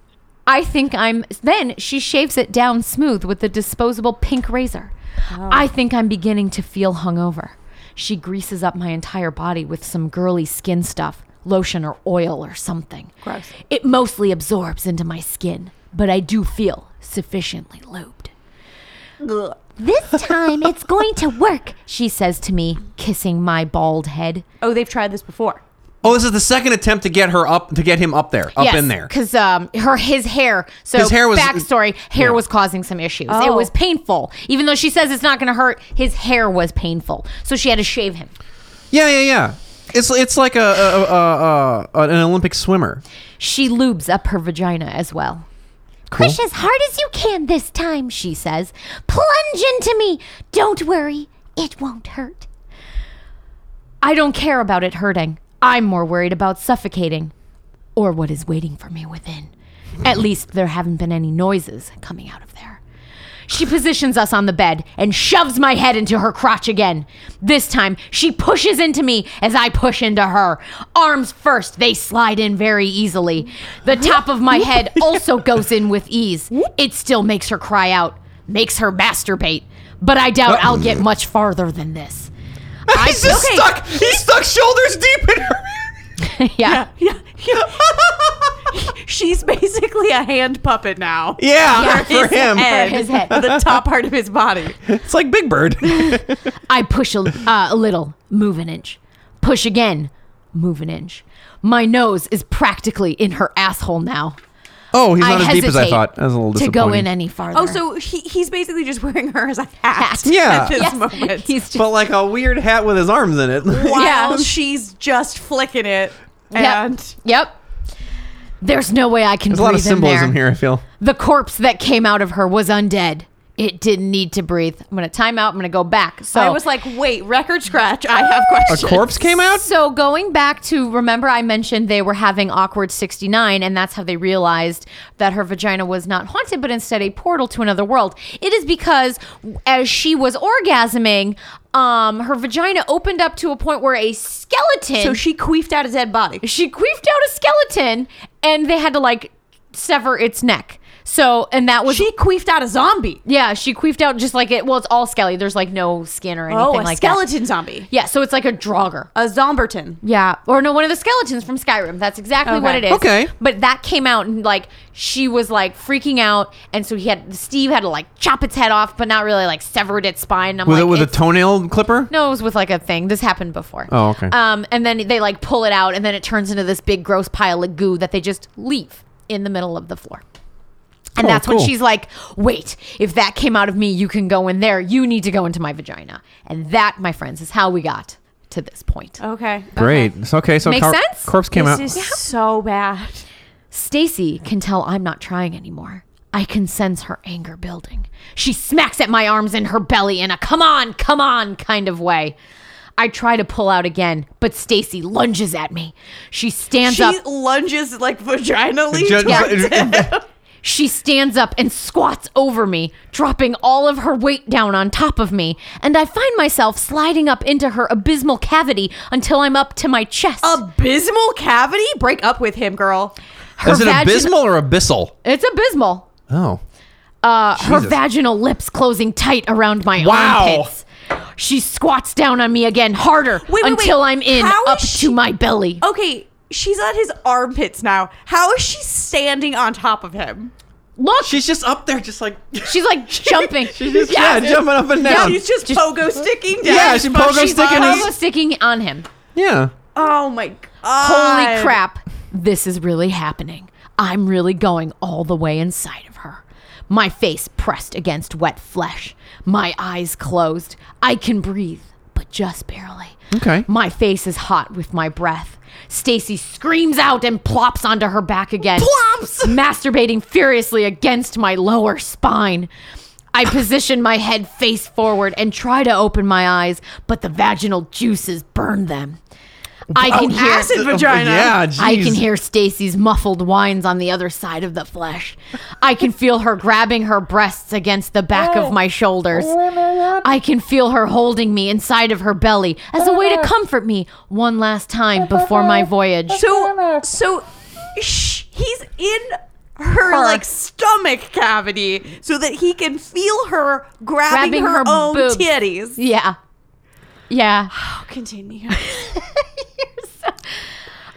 A: I think I'm. Then she shaves it down smooth with the disposable pink razor.
C: Oh.
A: I think I'm beginning to feel hungover. She greases up my entire body with some girly skin stuff, lotion or oil or something.
C: Gross.
A: It mostly absorbs into my skin, but I do feel sufficiently lubed.
C: Ugh.
A: This time it's going to work, she says to me, kissing my bald head.
C: Oh, they've tried this before.
D: Oh, this is the second attempt to get her up to get him up there, up in there.
A: Because um, her his hair. So
D: His hair was-
A: backstory. Hair
D: yeah.
A: was causing some issues. It
C: Oh.
A: was painful, even though she says it's not going to hurt. His hair was painful, so she had to shave him.
D: Yeah, yeah, yeah. It's it's like a, a, a, a, a an Olympic swimmer.
A: She lubes up her vagina as well.
D: Cool.
A: Push as hard as you can this time, she says. Plunge into me. Don't worry, it won't hurt. I don't care about it hurting. I'm more worried about suffocating or what is waiting for me within. At least there haven't been any noises coming out of there. She positions us on the bed and shoves my head into her crotch again. This time, she pushes into me as I push into her. Arms first, they slide in very easily. The top of my head also goes in with ease. It still makes her cry out, makes her masturbate, but I doubt I'll get much farther than this. I,
D: He's just
A: okay,
D: stuck. He's stuck shoulders deep in her.
A: Yeah.
C: Yeah. She's basically a hand puppet now.
D: Yeah,
A: Yeah,
D: for
A: his
D: him,
C: And
A: his head.
C: The top part of his body.
D: it's like Big Bird.
A: I push a, uh, a little, move an inch. Push again, move an inch. My nose is practically in her asshole now.
D: Oh, he's not
A: I
D: as deep as I
A: hesitate
D: thought. That was a little
A: to
D: disappointing.
A: go in any farther.
C: Oh, so he, he's basically just wearing her as a hat.
A: Hat. Yeah.
C: At this
A: Yes.
C: moment.
A: he's just
D: but like a weird hat with his arms in it.
C: while
A: Yeah.
C: she's just flicking it. And
A: yep. Yep. There's no way I can
D: There's a lot of
A: breathe in there.
D: symbolism here. I feel.
A: The corpse that came out of her was undead. It didn't need to breathe. I'm gonna time out. I'm gonna go back. So
C: I was like, wait, record scratch. I have questions.
D: A corpse came out.
A: So going back to remember I mentioned they were having awkward 69 and that's how they realized that her vagina was not haunted but instead a portal to another world. It is because as she was orgasming um her vagina opened up to a point where a skeleton
C: So she queefed out a dead body.
A: she queefed out a skeleton and they had to like sever its neck. So and that was
C: She queefed out a zombie.
A: yeah, she queefed out just like it well it's all skelly. There's like no skin or anything
C: Oh, a
A: like that.
C: skeleton zombie.
A: Yeah, so it's like a draugr.
C: A zomberton.
A: Yeah, or no, one of the skeletons from Skyrim. That's exactly what it
C: Okay.
A: is.
D: Okay.
A: but that came out and like she was like freaking out, and so he had Steve had to like chop its head off, but not really like severed its spine. And I'm
D: With
A: like,
D: it with a
A: it's-
D: toenail clipper.
A: no, it was with like a thing. This happened before.
D: Oh, okay.
A: Um, and then they like pull it out, and then it turns into this big gross pile of goo that they just leave in the middle of the floor. And
D: Oh,
A: that's when
D: cool.
A: she's like, wait, if that came out of me, you can go in there. You need to go into my vagina. And that, my friends, is how we got to this point.
C: Okay.
D: Great. It's okay. So
A: Makes
D: cor-
A: sense?
D: corpse came
C: This
D: out.
C: is so bad.
A: Stacy can tell I'm not trying anymore. I can sense her anger building. She smacks at my arms and her belly in a come on, come on kind of way. I try to pull out again, but Stacy lunges at me. She stands
C: She
A: up.
C: lunges like vaginally.
D: Ju-
C: towards him.
A: She stands up and squats over me, dropping all of her weight down on top of me, and I find myself sliding up into her abysmal cavity until I'm up to my chest.
C: Abysmal cavity? Break up with him, girl.
A: Her
D: is it
A: vagina-
D: abysmal or abyssal?
A: It's abysmal.
D: Oh.
A: uh, her
D: Jesus.
A: vaginal lips closing tight around my
D: Wow.
A: armpits. She squats down on me again, harder,
C: wait, wait.
A: until I'm in
C: How is
A: up
C: she-
A: to my belly.
C: Okay, she's on his armpits now. How is she standing on top of him?
A: Look,
D: She's just up there, just like
A: she's like jumping. she's just
D: yeah, jumping up and down.
C: She's Oh, just, pogo sticking down.
D: Yeah, she pogo
A: she's
D: sticking
A: pogo
D: his-
A: sticking on him.
D: yeah.
C: Oh my god.
A: Holy crap, this is really happening. I'm really going all the way inside of her. My face pressed against wet flesh, my eyes closed. I can breathe, but just barely.
D: Okay.
A: My face is hot with my breath. Stacy screams out and plops onto her back again.
C: Plops!
A: Masturbating furiously against my lower spine. I position my head face forward and try to open my eyes, but the vaginal juices burn them. I can hear
C: Oh, acid vagina.
D: Uh, Yeah, jeez.
A: I can hear Stacy's muffled whines on the other side of the flesh. I can feel her grabbing her breasts against the back of my shoulders. I can feel her holding me inside of her belly as a way to comfort me one last time before my voyage.
C: Uh-huh. So so sh- he's in her,
A: Her.
C: like stomach cavity so that he can feel her
A: Grabbing
C: grabbing, her,
A: her
C: own
A: boobs.
C: titties.
A: Yeah. Yeah.
C: Oh, continue.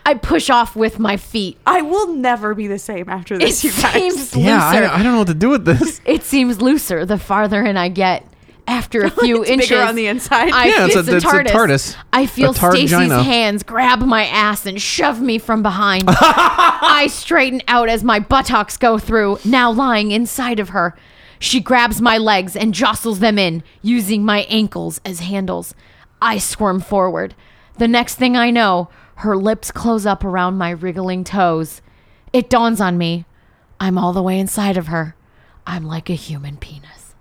A: I push off with my feet.
C: I will never be the same after
A: It
C: this, you guys.
A: seems looser.
D: Yeah, I, I don't know what to do with this.
A: it seems looser the farther in I get. after a few
C: It's
A: inches
C: bigger on the inside.
A: I,
D: Yeah,
A: it's,
D: it's a-
A: a,
D: it's a
A: TARDIS.
D: TARDIS.
A: I
D: A
A: feel Stacy's
D: targina.
A: hands grab my ass and shove me from behind. I straighten out as my buttocks go through, now lying inside of her. She grabs my legs and jostles them in, using my ankles as handles. I squirm forward. The next thing I know, her lips close up around my wriggling toes. It dawns on me. I'm all the way inside of her. I'm like a human penis.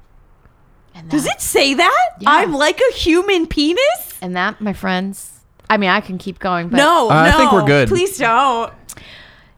A: And
C: Does
A: that-
C: it say that? I'm like a human penis?
A: and that, my friends. I mean, I can keep going, but
C: No,
D: Uh, I
C: no.
D: think we're good.
C: Please don't.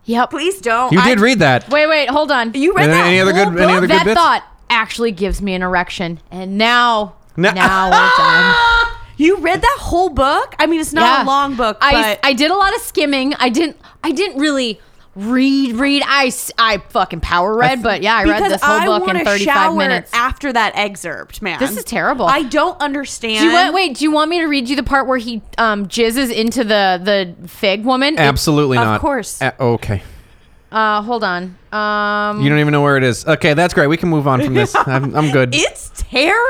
A: Yep.
C: Please don't.
D: You
C: I-
D: did read that.
A: Wait, wait, hold on.
C: You read
D: Any-
C: that.
D: any other
C: whole
D: good- any
C: book?
D: other
A: that
D: bits?
A: thought actually gives me an erection, and now,
D: No-
A: now we're done.
C: You read that whole book? I mean, it's not
A: Yeah.
C: a long book,
A: I
C: but
A: I did a lot of skimming. I didn't. I didn't really read. Read. I s- I fucking power read, but yeah, I read
C: because
A: this whole
C: I
A: book in
C: wanna
A: thirty five
C: shower
A: minutes.
C: after that excerpt, man.
A: This is terrible.
C: I don't understand.
A: do you want, wait, do you want me to read you the part where he um, jizzes into the the fig woman? It-
D: Absolutely
C: Of
D: not.
C: course.
D: A- okay.
A: Uh, hold on. Um,
D: You don't even know where it is. Okay, that's great. We can move on from this. I'm, I'm good.
C: It's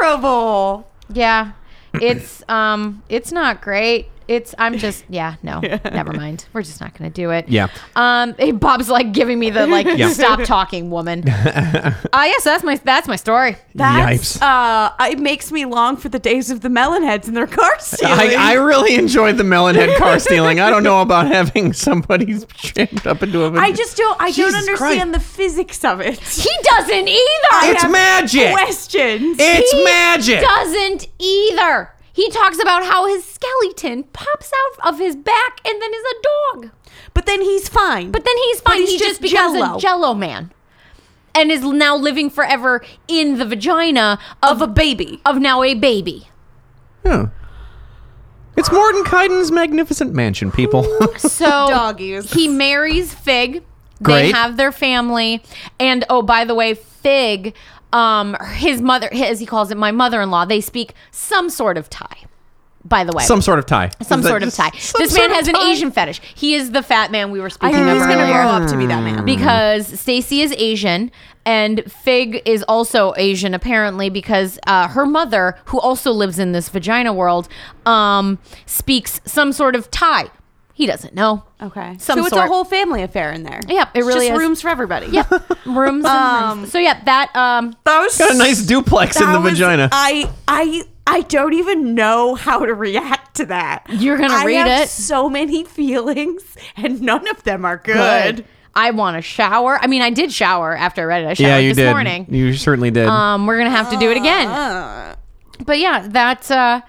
C: terrible.
A: Yeah. It's um it's not great. It's I'm just yeah, no. Never mind. We're just not going to do it.
D: Yeah.
A: Um eh, Bob's like giving me the like stop talking woman. uh yes, that's my that's my story.
C: That's
D: Yipes.
C: uh it makes me long for the days of the melon heads in their car
D: I,
C: ceiling.
D: I really enjoyed the melon head car stealing. I don't know about having somebody jammed up into a.
C: I just don't I
D: Jesus
C: don't understand the physics of it.
A: He doesn't
C: I
A: either.
D: It's
C: have
D: magic!
C: Questions.
D: It's
A: He
D: magic.
A: Doesn't either. He talks about how his skeleton pops out of his back and then is a dog.
C: but then he's fine.
A: But then he's fine.
C: he's
A: he just,
C: just
A: becomes
C: Jell-O.
A: a jello man. And is now living forever in the vagina of,
C: of a baby.
A: of now a baby.
D: Huh. It's Mordenkainen's magnificent mansion, people.
A: So
C: Doggies.
A: He marries Fig. They
D: Great.
A: have their family, and oh, by the way, Fig, um, his mother, as he calls it, my mother-in-law. They speak some sort of Thai. By the way,
D: some sort of tie.
A: some
D: Is that
A: sort of
D: just-
A: Thai.
D: some
A: This
D: sort
A: man
D: of
A: has an
D: tie?
A: Asian fetish. He is the fat man we were
C: I
A: speaking
C: think
A: of
C: he's gonna
A: earlier
C: grow up to be that man.
A: because Stacy is Asian and Fig is also Asian apparently because uh, her mother, who also lives in this vagina world, um, speaks some sort of Thai. He doesn't know.
C: Okay.
A: Some
C: so it's a
A: sort.
C: whole family affair in there.
A: Yep, it
C: It's
A: really is.
C: just rooms for everybody.
A: Yep, rooms. and
C: Um,
A: rooms. So yeah, that um,
C: That was
D: Got a nice duplex in
C: that
D: the
C: was-
D: vagina.
C: I I I don't even know how to react to that.
A: You're gonna
C: I
A: read
C: have
A: it?
C: So many feelings, and none of them are good.
A: good. I want to shower. I mean, I did shower after I read it. I showered
D: yeah, you
A: this
D: did.
A: morning.
D: You certainly did.
A: Um, we're gonna have to do it again.
C: Uh.
A: But yeah, that uh,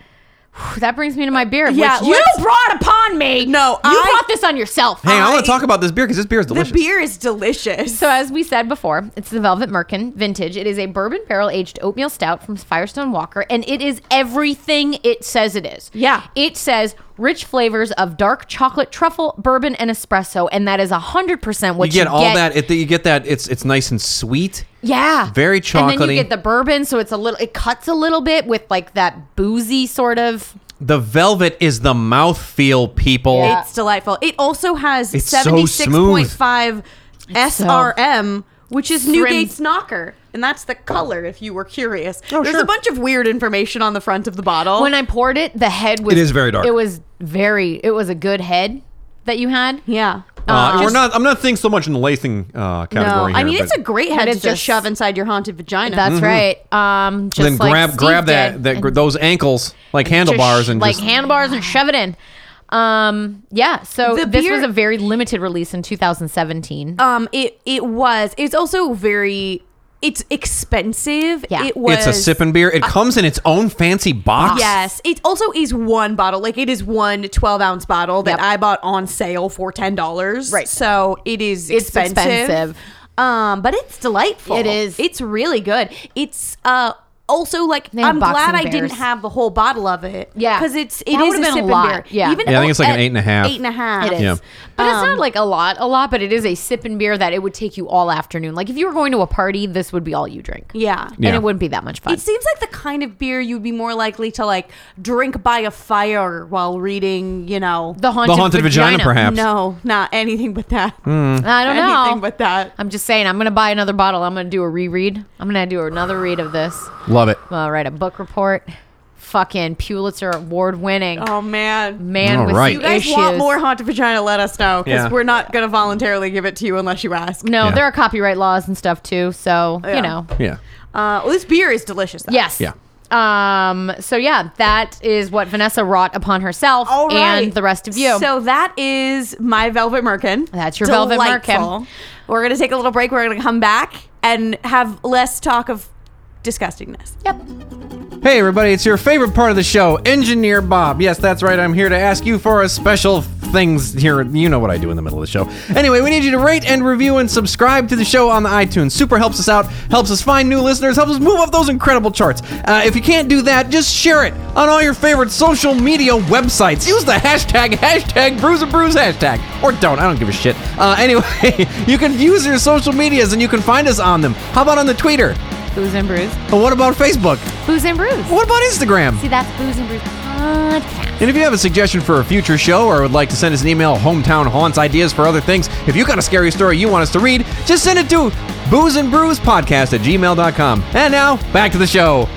A: whew, that brings me to my beer,
C: Yeah,
A: which you
C: let's-
A: brought upon me.
C: No,
A: you
C: I-
A: brought this on yourself.
D: Hang on, I want
C: I-
D: to talk about this beer because this beer is
C: The
D: delicious.
C: beer is delicious.
A: So as we said before, it's the Velvet Merkin Vintage. It is a bourbon barrel aged oatmeal stout from Firestone Walker, and it is everything it says it is.
C: Yeah.
A: It says rich flavors of dark chocolate, truffle, bourbon, and espresso, and that is hundred percent what
D: you get all that. It, you get that. It's it's nice and sweet.
A: Yeah.
D: Very
A: And then
D: chocolatey.
A: you get the bourbon, so it's a little it cuts a little bit with like that boozy sort of
D: The velvet is the mouthfeel, people.
A: Yeah.
C: it's delightful. It also has
D: It's so
C: seventy six point five
A: so-
C: SRM. Which is
A: Shrimp.
C: Newgate's knocker, and that's the color. If you were curious, there's
D: Oh, sure.
C: a bunch of weird information on the front of the bottle.
A: when I poured it, the head was
D: It is very dark.
A: It was very it was a good head that you had.
C: yeah,
D: Uh, we're
A: just-
D: not. I'm not thinking so much in the lacing uh,
C: no,
D: category.
C: I
D: here,
C: mean it's
D: but-
C: a great
A: But
C: head to
A: it's
C: just,
A: just-
C: shove inside your haunted vagina.
A: That's right. Um just
D: Mm-hmm. Then
A: like
D: grab
A: Steve
D: grab that
A: did,
D: that gr-
A: and
D: those ankles like handlebars
A: just
D: and
A: like
D: just
A: handlebars and shove it in. Um yeah, so
C: The
A: this
C: beer-
A: was a very limited release in 2017.
C: Um, it it was. It's also very. It's expensive.
A: Yeah.
C: It was.
D: it's a sipping beer. It comes in its own fancy box.
C: Yes, it also is one bottle. Like it is one 12 ounce bottle that
A: Yep.
C: I bought on sale for ten dollars.
A: Right.
C: So it is
A: It's
C: expensive.
A: expensive.
C: Um, but it's delightful.
A: It is.
C: It's really good. It's uh also like
A: have
C: I'm glad I
A: boxing bears.
C: didn't have the whole bottle of it.
A: Yeah.
C: Because it's it
A: That would've
C: is a
A: been a
C: sip and
A: lot.
C: beer.
A: Yeah.
D: Yeah, I think
C: o-
D: it's like an
C: at
D: eight and a half.
C: Eight and a half.
A: It is.
D: Yeah.
A: But it's
C: Um,
A: not like a lot, a lot, but it is a sip and beer that it would take you all afternoon. Like if you were going to a party, this would be all you drink.
C: Yeah.
A: And
D: Yeah.
A: it wouldn't be that much fun.
C: It seems like the kind of beer you'd be more likely to like drink by a fire while reading, you know.
A: the haunted,
D: haunted vagina, perhaps.
C: no, not anything but that.
A: Hmm. Mm-hmm. I don't know.
C: Anything but that.
A: I'm just saying, I'm going to buy another bottle. I'm going to do a reread. I'm going to do another read of this.
D: Love it.
A: Well, write a book report. Fucking Pulitzer Award winning
C: Oh man.
A: man
D: All
A: with
D: right.
A: you
D: You
C: If you guys
A: issues.
C: want more haunted vagina? Let us know because
D: Yeah.
C: we're not gonna voluntarily give it to you unless you ask.
A: No,
D: Yeah.
A: there are copyright laws and stuff too. So
C: Yeah.
A: you know,
D: Yeah.
C: Uh, well, this beer is delicious. Though.
A: yes,
D: Yeah.
A: Um. So yeah, that is what Vanessa wrought upon herself
C: All right.
A: and the rest of you.
C: So that is my Velvet Merkin.
A: That's your Velvet
C: Delightful.
A: Merkin.
C: We're going to take a little break. We're going to come back and have less talk of disgustingness.
A: yep.
D: Hey, everybody, it's your favorite part of the show, Engineer Bob. Yes, that's right, I'm here to ask you for a special things here. You know what I do in the middle of the show. Anyway, we need you to rate and review and subscribe to the show on the iTunes. Super helps us out, helps us find new listeners, helps us move up those incredible charts. Uh, if you can't do that, just share it on all your favorite social media websites. Use the hashtag, hashtag, bruise and bruise hashtag. Or don't, I don't give a shit. Uh, anyway, you can use your social medias and you can find us on them. How about on the Twitter?
A: Booze and brews.
D: But what about Facebook?
A: Booze and brews.
D: What about Instagram?
A: See, that's booze and brews podcast.
D: And if you have a suggestion for a future show or would like to send us an email, hometown haunts, ideas for other things, if you got a scary story you want us to read, just send it to booze and brews podcast at gmail.com. And now, back to the show.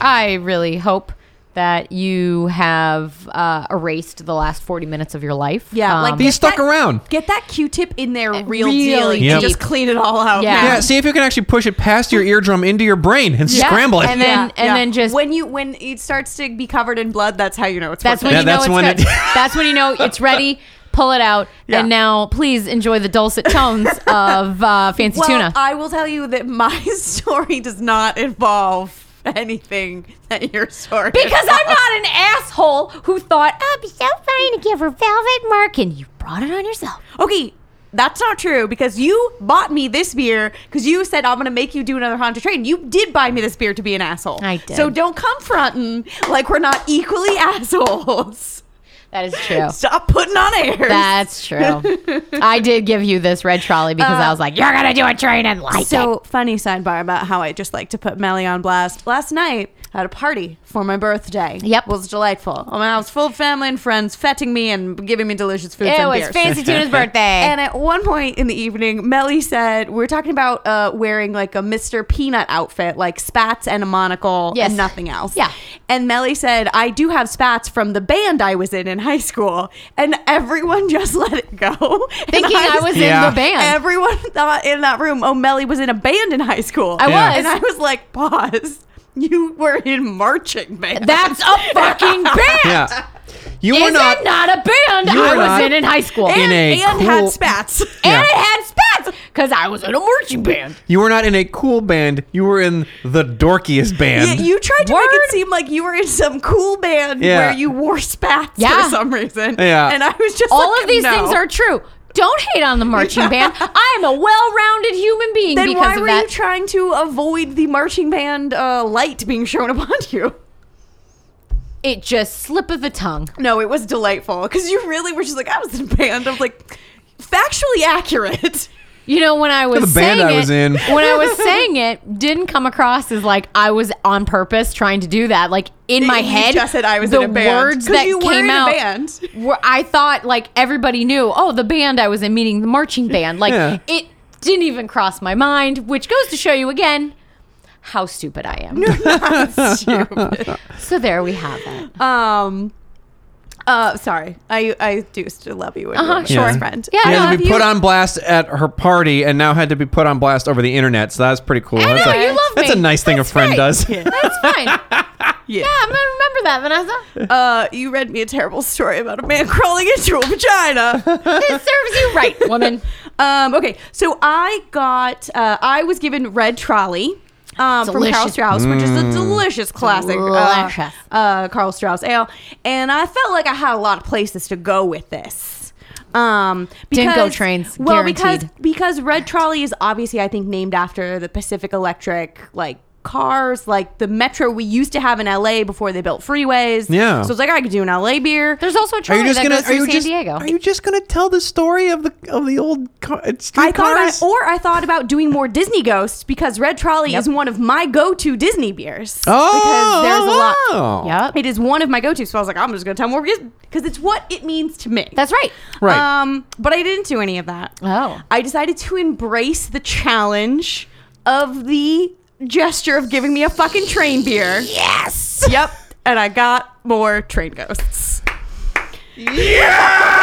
A: I really hope that you have uh, erased the last forty minutes of your life.
C: Yeah,
A: Um,
C: like
D: Be
C: get
D: stuck
C: that-
D: around.
C: Get that Q-tip in there, real
A: really
C: deal, and
D: Yep.
C: just clean it all out.
A: Yeah.
C: man.
D: Yeah, see if you can actually push it past your eardrum into your brain and
A: Yeah,
D: scramble it.
A: and then- then just-
C: when you when it starts to be covered in blood, that's how you know it's.
A: That's
C: worth
A: when
C: it.
D: Yeah,
A: you know
D: that's
A: it's
D: when
A: good.
D: it-
A: that's when you know it's ready. Pull it out,
C: Yeah.
A: and now please enjoy the dulcet tones of uh, Fancy
C: well,
A: Tuna.
C: I will tell you that my story does not involve anything that your story
A: because I'm
C: involves.
A: not an asshole who thought I'd be so fine to give her velvet mark, and you brought it on yourself.
C: Okay, that's not true because you bought me this beer because you said I'm gonna make you do another Honda train. You did buy me this beer to be an asshole.
A: I did.
C: So don't come fronting like we're not equally assholes.
A: That is true.
C: Stop putting on airs.
A: That's true. I did give you this red trolley because I was like, "You're gonna do a train and like it."
C: so funny sidebar about how I just like to put Melly on blast. Last night I had a party for my birthday.
A: Yep.
C: It was delightful. I, mean, I was full of family and friends fetting me and giving me delicious foods
A: It
C: and
A: was
C: beers.
A: Fancy Tuna's birthday,
C: And at one point in the evening, Melly said, we are talking about uh, wearing like a Mr. Peanut outfit, like spats and a monocle
A: Yes.
C: and nothing else.
A: Yeah.
C: And Melly said, I do have spats from the band I was in in high school. And everyone just let it go. And
A: thinking I was
D: Yeah.
A: in the band.
C: Everyone thought in that room, oh, Melly was in a band in high school.
A: I
D: Yeah.
A: was.
C: And I was like, pause. You were in marching band.
A: That's a fucking band.
D: yeah. You
A: Is
D: were not.
A: it not a band
D: You
A: I
D: were not
A: was in in high school?
D: in
C: and,
D: a
C: and had
D: cool-
C: spats.
D: Yeah.
A: and it had spats because I was in a marching band.
D: You were not in a cool band. You were in the dorkiest band.
C: Yeah, you tried to make
A: Word.
C: it seem like you were in some cool band
D: Yeah.
C: where you wore spats
A: Yeah.
C: for some reason.
D: Yeah.
C: And I was just
A: All
C: like,
A: of these
C: no.
A: things are true. Don't hate on the marching band. I am a well-rounded human being
C: Then
A: because
C: why
A: of
C: were
A: that.
C: you trying to avoid the marching band uh, light being shown upon you?
A: it just slip of the tongue.
C: No, it was delightful because you really were just like, I was in a band. I was like, factually accurate.
A: You know when I was
D: The band
A: saying
D: I was
A: it,
D: in.
A: when I was saying it, didn't come across as like I was on purpose trying to do that. Like in my
C: You
A: head,
C: just said I was
A: the
C: in a band.
A: words
C: 'Cause
A: that
C: you were
A: came
C: in a
A: out
C: band.
A: were I thought like everybody knew. Oh, the band I was in, meaning the marching band. Like
D: Yeah.
A: it didn't even cross my mind, which goes to show you again how stupid I am. So there we have it.
C: um, uh, sorry, I I do still love you. Uh-huh,
A: sure.
C: sure,
D: Yeah.
C: friend.
A: Yeah,
D: You
A: no,
D: had to be
A: you-
D: put on blast at her party, and now had to be put on blast over the internet. So that's pretty cool.
A: I
D: that's
A: know,
D: a,
A: you love
D: that's
A: me.
D: a nice thing
A: That's
D: a friend
A: great.
D: does.
A: That's fine. Yeah,
C: yeah.
A: I'm gonna remember that, Vanessa.
C: Uh, you read me a terrible story about a man crawling into a vagina.
A: This serves you right, woman.
C: Um, okay, so I got, uh, I was given Red Trolley um, from Carl
A: Delicious.
C: Strauss, which is a delicious classic
A: Delicious.
C: Uh, uh, Carl Strauss ale, and I felt like I had a lot of places to go with this. Um,
A: Didn't
C: because,
A: go trains,
C: Well, because
A: guaranteed.
C: because Red Trolley is obviously I think named after the Pacific Electric like cars, like the metro we used to have in LA before they built freeways.
D: Yeah.
C: so it's like I could do an LA beer.
A: There's also a
D: Are
A: trolley
D: you just
A: that
D: gonna?
A: goes
D: Are
A: through
D: you
A: San
D: just?
A: Diego.
D: Are you just gonna tell the story of the of the old car, uh, street
C: I thought
D: cars?
C: about, or I thought about doing more Disney ghosts because Red Trolley is one of my go-to Disney beers.
D: oh,
C: because there's a lot.
D: wow.
A: Yep.
C: It is one of my go-to, so I was like, I'm just gonna tell more because it's what it means to me.
A: That's right.
D: Right.
C: Um, but I didn't do any of that.
A: Oh.
C: I decided to embrace the challenge of the gesture of giving me a fucking train beer. Yes. Yep. And I got more train ghosts.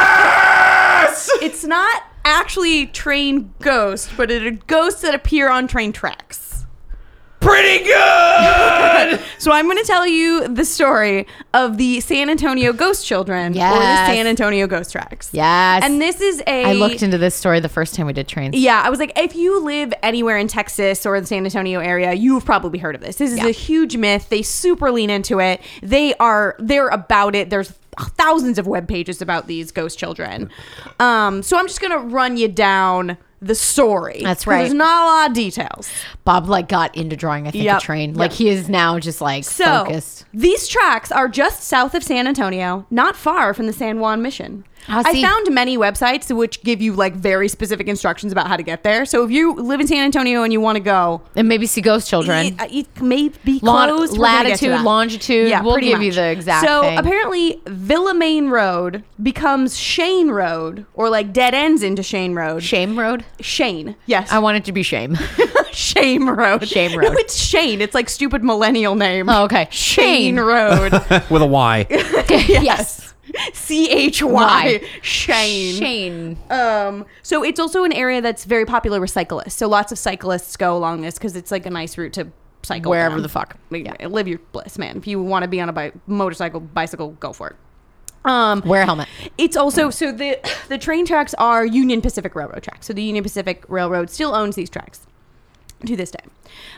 C: Yes. It's not actually train ghosts, but it are ghosts that appear on train tracks.
E: Pretty good!
C: So I'm going to tell you the story of the San Antonio Ghost Children or
A: Yes.
C: the San Antonio Ghost Tracks.
A: Yes.
C: And this is a
A: I looked into this story the first time we did trains.
C: Yeah, I was like, if you live anywhere in Texas or the San Antonio area, you've probably heard of this. This is
A: Yeah.
C: a huge myth. They super lean into it. They are they're about it. There's thousands of web pages about these ghost children. Um, so I'm just gonna run you down the story.
A: That's
C: 'Cause There's
A: right.
C: not a lot of details.
A: Bob like got into drawing. I think
C: Yep.
A: a train. Like
C: Yep.
A: he is now just like
C: So
A: focused.
C: these tracks are just south of San Antonio, not far from the San Juan Mission.
A: Ah,
C: I
A: see.
C: found many websites which give you like very specific instructions about how to get there. So if you live in San Antonio and you want to go,
A: And maybe see ghost children.
C: It, uh, it may be
A: Lon-
C: closed. We're gonna get to
A: latitude,
C: that.
A: longitude. We'll
C: pretty
A: give you the exact
C: So
A: thing.
C: apparently, Villamain Road becomes Shane Road, or like dead ends into Shane Road.
A: Shame Road.
C: Shane. Yes.
A: I want it to be shame.
C: Shame Road.
A: Oh. Shame
C: No,
A: Road.
C: it's Shane. It's like stupid millennial name.
A: Oh, okay.
C: Shane
A: Shane.
C: Road.
D: with a Y.
A: yes.
C: C H Y.
A: Why?
C: Shane.
A: Shane.
C: Um, so it's also an area that's very popular with cyclists. So lots of cyclists go along this because it's like a nice route to cycle
A: Wherever
C: down.
A: the fuck.
C: Yeah, live your bliss, man. If you want to be on a bi- motorcycle, bicycle, go for it. Um,
A: Wear a helmet.
C: it's also so the the train tracks are Union Pacific Railroad tracks. So the Union Pacific Railroad still owns these tracks to this day.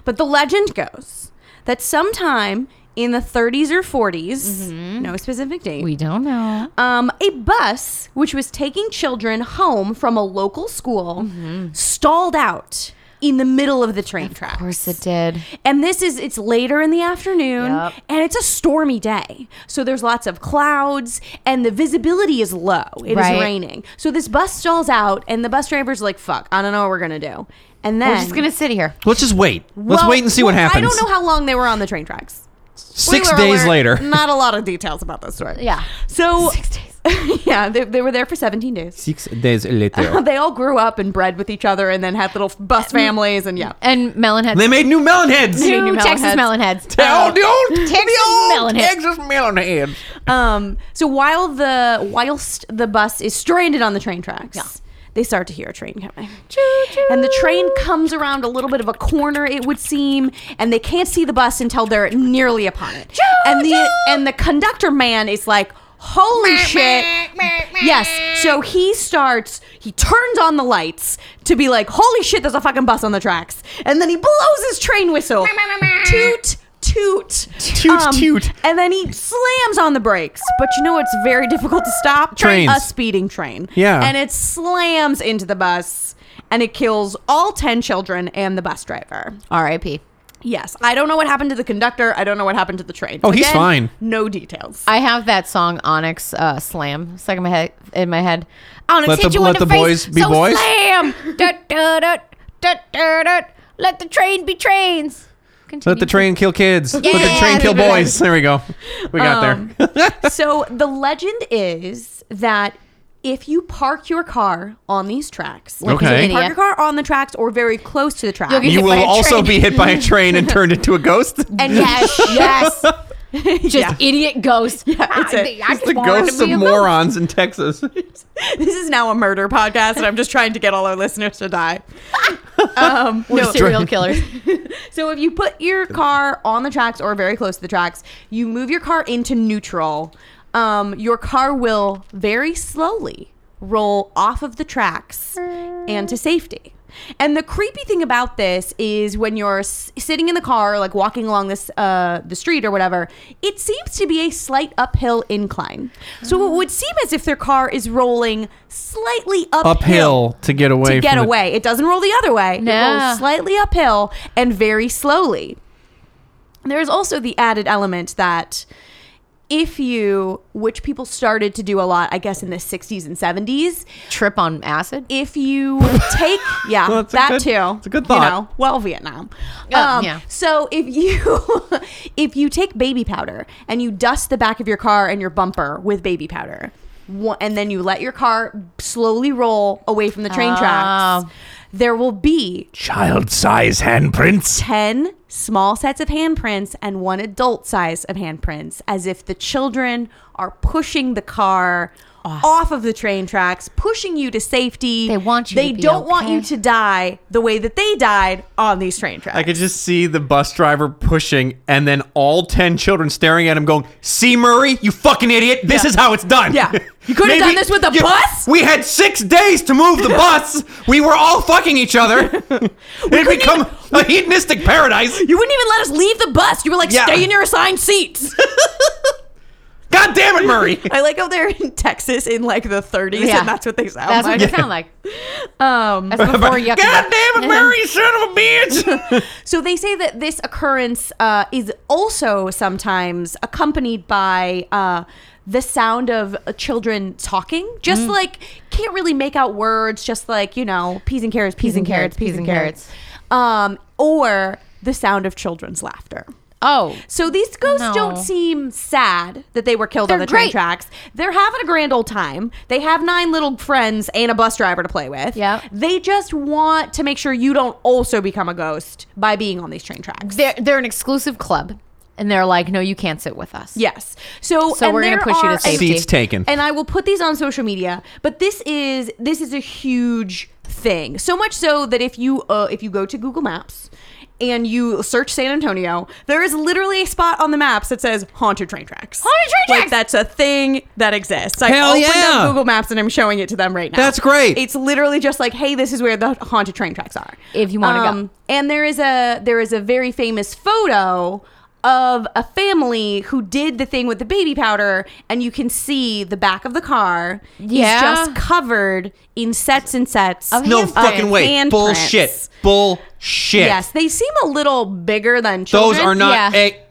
C: But the legend goes that sometime in the 30s or 40s, no specific date,
A: Mm-hmm. We don't know.
C: um, a bus which was taking children home from a local school stalled out in the middle of the train
A: Of course
C: tracks.
A: it did.
C: And this is it's later in the afternoon
A: Yep.
C: and it's a stormy day. So there's lots of clouds and the visibility is low. It is
A: Right.
C: raining. So this bus stalls out and the bus driver's like, "Fuck, I don't know what we're going to do." And then
A: We're just gonna sit here.
D: Let's just wait. Let's
C: Well,
D: wait and see what
C: well,
D: happens.
C: I don't know how long they were on the train tracks.
D: Six
C: Spoiler
D: days
C: alert,
D: later.
C: Not a lot of details about this story.
A: Yeah.
C: So
A: Six
C: days. yeah, they, they were there for 17 days.
D: Six days later.
C: They all grew up and bred with each other, and then had little bus families, and yeah.
A: And melon heads.
D: they made new melon heads.
A: Two
C: new melon
A: Texas
C: heads.
A: melon heads.
D: Oh, the old,
A: Texas
D: the old
A: melon heads.
D: Texas melon heads.
C: Um. So while the whilst the bus is stranded on the train tracks,
A: Yeah.
C: they start to hear a train coming. And the train comes around a little bit of a corner, it would seem, and they can't see the bus until they're nearly upon it. And the and the conductor man is like, "Holy shit!" Yes. So he starts. He turns on the lights to be like, "Holy shit! There's a fucking bus on the tracks!" And then he blows his train whistle. toot toot Um,
D: Toot, toot.
C: and then he slams on the brakes but you know it's very difficult to stop train a
D: Trains.
C: speeding train
D: Yeah.
C: and it slams into the bus and it kills all 10 children and the bus driver
A: R.I.P.
C: yes i don't know what happened to the conductor i don't know what happened to the train
D: Oh, he's fine.
C: no details
A: I have that song Onyx uh, Slam stuck in my head. In my head, Onyx
D: Let
A: hit
D: the-
A: you in
D: let
A: the,
D: the
A: face,
D: boys be
A: so
D: boys?
A: Slam. da, da, da, da, da, da. Let the train be trains.
D: Let the
A: Continue.
D: train kill kids. Let the
A: Yeah,
D: train kill
A: that's right.
D: boys. There we go. We got
C: Um,
D: there.
C: so the legend is that if you park your car on these tracks
A: Like
D: Okay.
A: an
C: park
A: idiot.
C: your car on the tracks or very close to the track
A: You'll get
D: You
A: hit by
D: will
A: a
D: also
A: train.
D: be hit by a train and turned into a ghost.
A: And yes, yes. Just idiot ghost. Yeah,
C: it's it.
D: the ghosts of morons in Texas.
C: This is now a murder podcast, and I'm just trying to get all our listeners to die. um, no,
A: serial killers.
C: so if you put your car on the tracks or very close to the tracks, you move your car into neutral. Um, your car will very slowly roll off of the tracks and to safety. And the creepy thing about this is when you're s- sitting in the car, like walking along this uh, the street or whatever, it seems to be a slight uphill incline. So it would seem as if their car is rolling slightly
D: Uphill to get away.
C: to get
D: from the-
C: away. It doesn't roll the other way. It
A: No.
C: rolls slightly uphill and very slowly. There is also the added element that if you, which people started to do a lot, I guess, in the 60s and 70s,
A: Trip on acid.
D: Oh
C: if you take, yeah,
D: Well, it's a
C: that
D: good-
C: too.
D: it's a good
C: You
D: thought.
C: know, well, Vietnam.
A: Oh,
C: um,
A: yeah.
C: So if you if you take baby powder and you dust the back of your car and your bumper with baby powder, wha- and then you let your car slowly roll away from the train tracks,
A: Oh.
C: there will be
D: Child size handprints.
C: ten small sets of handprints and one adult size of handprints, as if the children are pushing the car off of the train tracks, pushing you to safety.
A: They want you
C: They
A: to be
C: don't want you
A: okay.
C: to die the way that they died on these train tracks.
D: I could just see the bus driver pushing, and then all ten children staring at him, going, "See Murray, you fucking idiot! This
C: Yeah.
D: is how it's done.
C: Yeah. You could've
D: Maybe-
C: done this with a
D: Yeah.
C: bus?
D: We had six days to move the bus. we were all fucking each other. it become a hedonistic paradise.
C: you wouldn't even let us leave the bus. You were like,
D: Yeah.
C: stay in your assigned seats.
D: God damn it, Murray!
C: I like how they're in Texas in like the 30s, and that's what they sound
A: That's
C: like.
A: what they sound like.
C: Um,
A: That's before yucky.
D: God damn it, Murray! you Son of a bitch!
C: So they say that this occurrence uh, is also sometimes accompanied by uh, the sound of uh, children talking, just like can't really make out words, just like you know, peas and carrots, peas, and carrots, peas and carrots, Um, or the sound of children's laughter.
A: Oh,
C: So these ghosts
A: No.
C: don't seem sad that they were killed on
A: They're
C: the train
A: great.
C: tracks. They're having a grand old time. They have nine little friends and a bus driver to play with.
A: Yep.
C: They just want to make sure you don't also become a ghost by being on these train tracks.
A: they're they're an exclusive club, and they're like, no, you can't sit with us.
C: Yes. So,
A: So
C: and
A: we're gonna
C: there
A: push you to
C: are-
A: safety.
D: Seats taken.
C: And I will put these on social media, but this is this is a huge thing. So much so that if you uh, if you go to Google Maps and you search San Antonio, there is literally a spot on the maps that says haunted train tracks.
A: Haunted train
C: Like
A: tracks!
C: that's a thing that exists. I
D: Hell
C: opened
D: yeah.
C: up Google Maps and I'm showing it to them right now.
D: That's great.
C: It's literally just like, hey, this is where the haunted train tracks are. Um,
A: If you wanna go.
C: And there is a there is a very famous photo of a family who did the thing with the baby powder, and you can see the back of the car
A: Yeah. Oh,
C: is just covered in sets and sets.
A: Of
D: No
A: Handprints.
D: fucking way!
C: Handprints.
D: Bullshit! Bullshit!
C: Yes, they seem a little bigger than children.
D: Those are not.
A: Yeah.
D: A,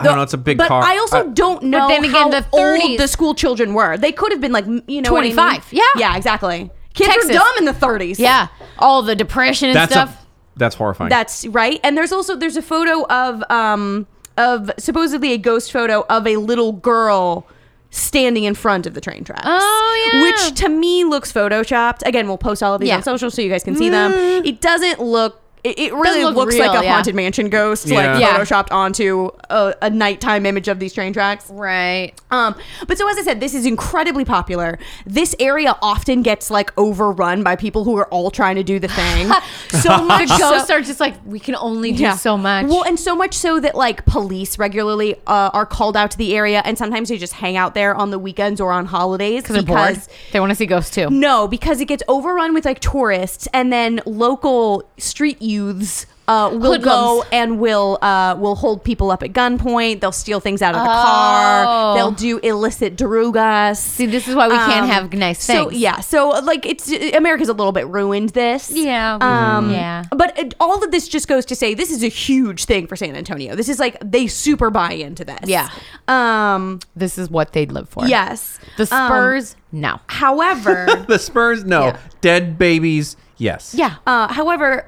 D: I don't know. It's a big
C: but
D: car. Uh,
C: I also don't know
A: then again,
C: how
A: the
C: old
A: 30s
C: the school children were. They could have been like, m- you know, what I mean?
A: 25, yeah.
C: yeah, exactly. Kids
A: Texas.
C: were dumb in the 30s.
A: Yeah. All the depression and
D: that's a-
A: stuff.
D: that's horrifying.
C: That's right. And there's also there's a photo of um of supposedly a ghost photo of a little girl standing in front of the train tracks.
A: Oh, yeah.
C: Which to me looks photoshopped. Again, we'll post all of these
A: Yeah. Mm.
C: on social so you guys can see them. It doesn't look it, it really
A: look
C: looks
A: real,
C: like a
A: yeah.
C: haunted mansion ghost,
D: Yeah.
C: like
A: Yeah.
C: photoshopped onto a, a nighttime image of these train tracks.
A: right.
C: Um, but so as I said, this is incredibly popular. This area often gets like overrun by people who are all trying to do the thing. so much so-
A: Ghosts are just like, we can only do so much.
C: Well, and so much so that like police regularly uh, are called out to the area, and sometimes they just hang out there on the weekends or on holidays
A: because they're bored. They want to see ghosts too.
C: no, because it gets overrun with like tourists, and then local street youths. Uh, will go
A: Hoodlums.
C: and will uh, will hold people up at gunpoint. They'll steal things out of
A: Oh.
C: the car. They'll do illicit drugas. See,
A: this is why we can't have nice
C: Um, So
A: things.
C: yeah, so like it's America's a little bit ruined. This
A: Yeah, we-
D: Mm.
C: um,
A: yeah.
C: But it, all of this just goes to say this is a huge thing for San Antonio. This is like they super buy into this.
A: Yeah.
C: Um.
A: This is what they'd live for.
C: Yes.
A: The
C: Um,
A: Spurs, no.
C: however.
D: the Spurs. No
A: Yeah.
D: dead babies. Yes.
A: Yeah.
C: Uh, however,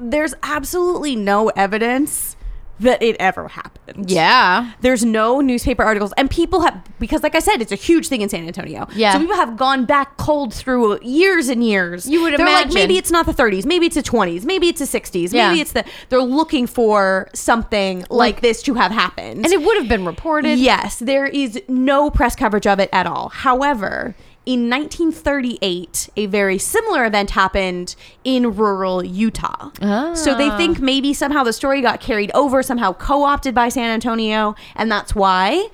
C: there's absolutely no evidence that it ever happened.
A: yeah.
C: There's no newspaper articles, and people have because, like I said, it's a huge thing in San Antonio.
A: Yeah.
C: so people have gone back cold through years and years.
A: You would
C: They're
A: imagine.
C: like maybe it's not the 30s, maybe it's the 20s, maybe it's the 60s,
A: Yeah.
C: maybe it's the. They're looking for something like,
A: Like-
C: this to have happened,
A: And it would have been reported.
C: Yes, there is no press coverage of it at all. However, in 1938, a very similar event happened in rural Utah. So
A: Ah.
C: they think maybe somehow the story got carried over, somehow co opted by San Antonio, and that's why.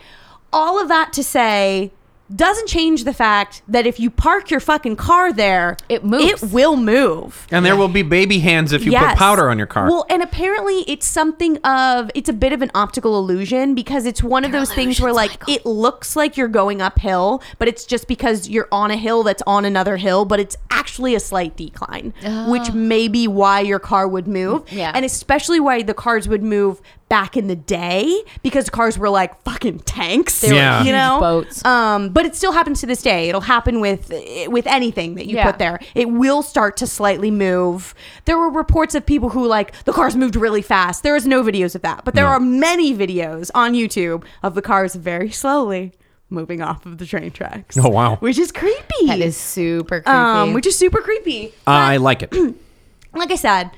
C: All of that to say doesn't change the fact that if you park your fucking car there,
A: It moves.
C: It will move.
D: And there will be baby hands if you
C: Yes.
D: put powder on your car.
C: Well, and apparently it's something of it's a bit of an optical illusion because it's one of those things where like it looks like you're going uphill, but it's just because you're on a hill that's on another hill, but it's actually a slight decline, which may be why your car would move.
A: Yeah.
C: And especially why the cars would move back in the day because cars were like fucking tanks. They
D: were Yeah.
C: you
D: huge
C: know
A: boats.
C: Um, but it still happens to this day. It'll happen with with anything that you
A: Yeah.
C: put there. It will start to slightly move. There were reports of people who like the cars moved really fast. There is no videos of that, but there
D: No.
C: are many videos on YouTube of the cars very slowly moving off of the train tracks.
D: Oh, wow.
C: Which is creepy.
A: That is super creepy.
C: um, which is super creepy.
D: I like it.
C: Like I said,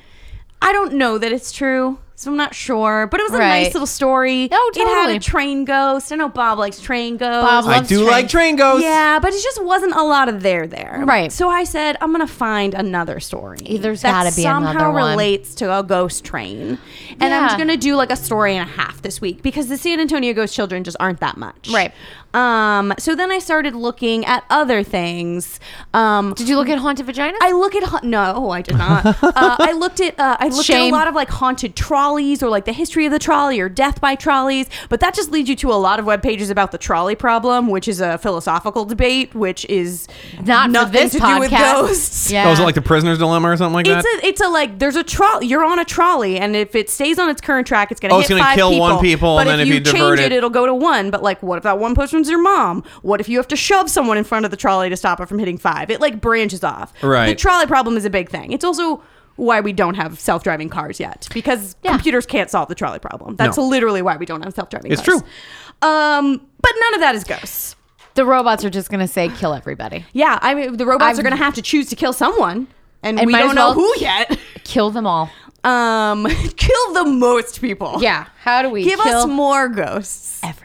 C: I don't know that it's true. So I'm not sure, but it was a
A: Right.
C: nice little story.
A: No,
C: It had
A: totally.
C: a train ghost. I know Bob likes train ghosts.
A: Bob
D: I
A: loves
D: do
A: train.
D: like train ghosts.
C: Yeah, but it just wasn't a lot of there there.
A: Right.
C: So I said I'm gonna find another story.
A: There's
C: that
A: gotta be
C: somehow
A: another one.
C: relates to a ghost train, and
A: Yeah.
C: I'm gonna do like a story and a half this week because the San Antonio ghost children just aren't that much.
A: Right.
C: Um. So then I started looking at other things. Um.
A: Did you look at haunted vagina?
C: I look at ha- no, I did not. uh, I looked at uh, I looked
A: Shame.
C: at a lot of like haunted trolleys or like the history of the trolley or death by trolleys, but that just leads you to a lot of web pages about the trolley problem, which is a philosophical debate, which is
A: Not for
C: nothing
A: this
C: to
A: podcast.
C: do with ghosts.
A: Yeah.
D: Oh, is it like the prisoner's dilemma or something like
C: It's
D: that?
C: a, it's a like there's a trolley you're on a trolley and if it stays on its current track it's gonna
D: Oh,
C: hit
D: it's gonna
C: five
D: kill
C: people.
D: one people,
C: but
D: and
C: if
D: then if
C: you,
D: you divert
C: change it,
D: it-
C: it'll go to one but like what if that one person's your mom what if you have to shove someone in front of the trolley to stop it from hitting five it like branches off the
D: Right.
C: trolley problem is a big thing it's also why we don't have self-driving cars yet because
A: Yeah.
C: computers can't solve the trolley problem that's
D: No.
C: literally why we don't have self-driving
D: It's
C: cars
D: true.
C: um but none of that is ghosts
A: the robots are just gonna say kill everybody.
C: yeah i mean the robots
A: I've-
C: are gonna have to choose to kill someone and,
A: And
C: we
A: might as
C: don't know
A: well-
C: who yet
A: Kill them all.
C: um kill the most people
A: Yeah. How do we
C: give
A: kill
C: us more ghosts
A: everything?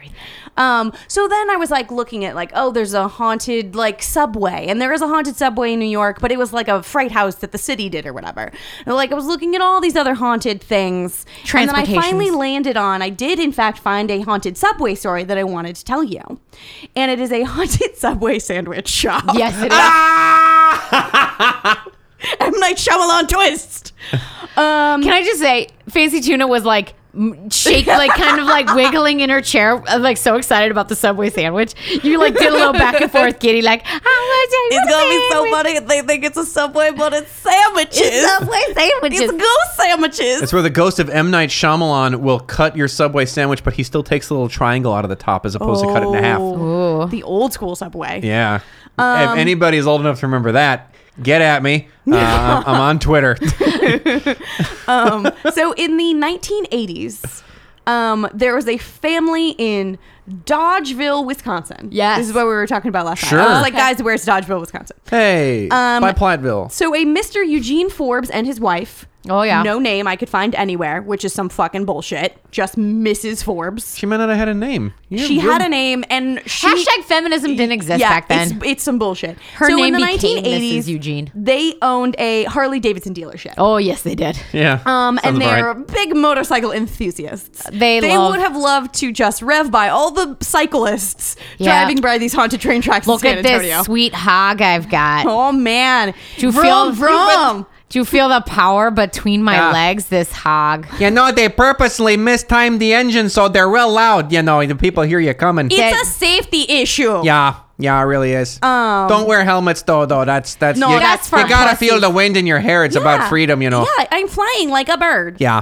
C: um so then i was like looking at like oh there's a haunted like subway and there is a haunted subway in new york but it was like a freight house that the city did or whatever and like i was looking at all these other haunted things and then i
A: Transportations.
C: finally landed on i did in fact find a haunted subway story that i wanted to tell you and it is a haunted subway sandwich shop
A: Yes, it is.
C: Ah! i'm like Shyamalan twist um
A: Can I just say, Fancy Tuna was like m- shake, like kind of like wiggling in her chair, uh, like so excited about the Subway sandwich. You like did a little back and forth, giddy, like how much I
C: It's gonna be so funny if they think it's a subway, but it's sandwiches.
A: Subway sandwiches.
C: It's ghost sandwiches.
D: It's where the ghost of M. Night Shyamalan will cut your Subway sandwich, but he still takes the little triangle out of the top as opposed to cut it in half.
C: Oh, Um, The old school subway.
D: Yeah. if anybody is old enough to remember that, get at me. Uh, I'm, I'm on Twitter.
C: Um, so in the 1980s, um, there was a family in Dodgeville, Wisconsin.
A: Yes.
C: This is what we were talking about last
D: Sure.
C: night. I was like,
A: Okay.
C: guys, where's Dodgeville, Wisconsin?
D: hey,
C: Um,
D: by Platteville.
C: So a Mr. Eugene Forbes and his wife.
A: Oh, yeah.
C: No name I could find anywhere, which is some fucking bullshit. Just Mrs. Forbes.
D: She meant that I had a name. You're
C: She
D: real-
C: had a name and she
A: Hashtag feminism didn't exist back then.
C: It's, it's some bullshit.
A: Her name became Mrs.
C: 1980s,
A: Eugene.
C: They owned a Harley Davidson dealership.
A: oh yes, they did.
D: Yeah.
C: Um,
D: Sounds
C: and
D: about
C: they're
D: right.
C: big motorcycle enthusiasts.
A: They love-
C: would have loved to just rev by all the cyclists
A: Yeah.
C: driving by these haunted train tracks
A: Look
C: in San
A: at
C: Antonio.
A: this sweet hog I've got.
C: Oh man,
A: do you
C: vroom,
A: feel
C: vroom.
A: Do you feel the power between my
D: Yeah.
A: legs? This hog.
D: You know, they purposely mistimed the engine, so they're real loud. You know, the people hear you coming.
C: It's
A: That-
C: a safety issue.
D: yeah, yeah, it really is.
C: Um,
D: Don't wear helmets, though, though. That's, that's,
C: No,
D: you,
C: that's
D: you
C: for
D: gotta
C: pussies.
D: feel the wind in your hair. It's
C: Yeah.
D: about freedom, you know.
C: Yeah, I'm flying like a bird.
D: Yeah.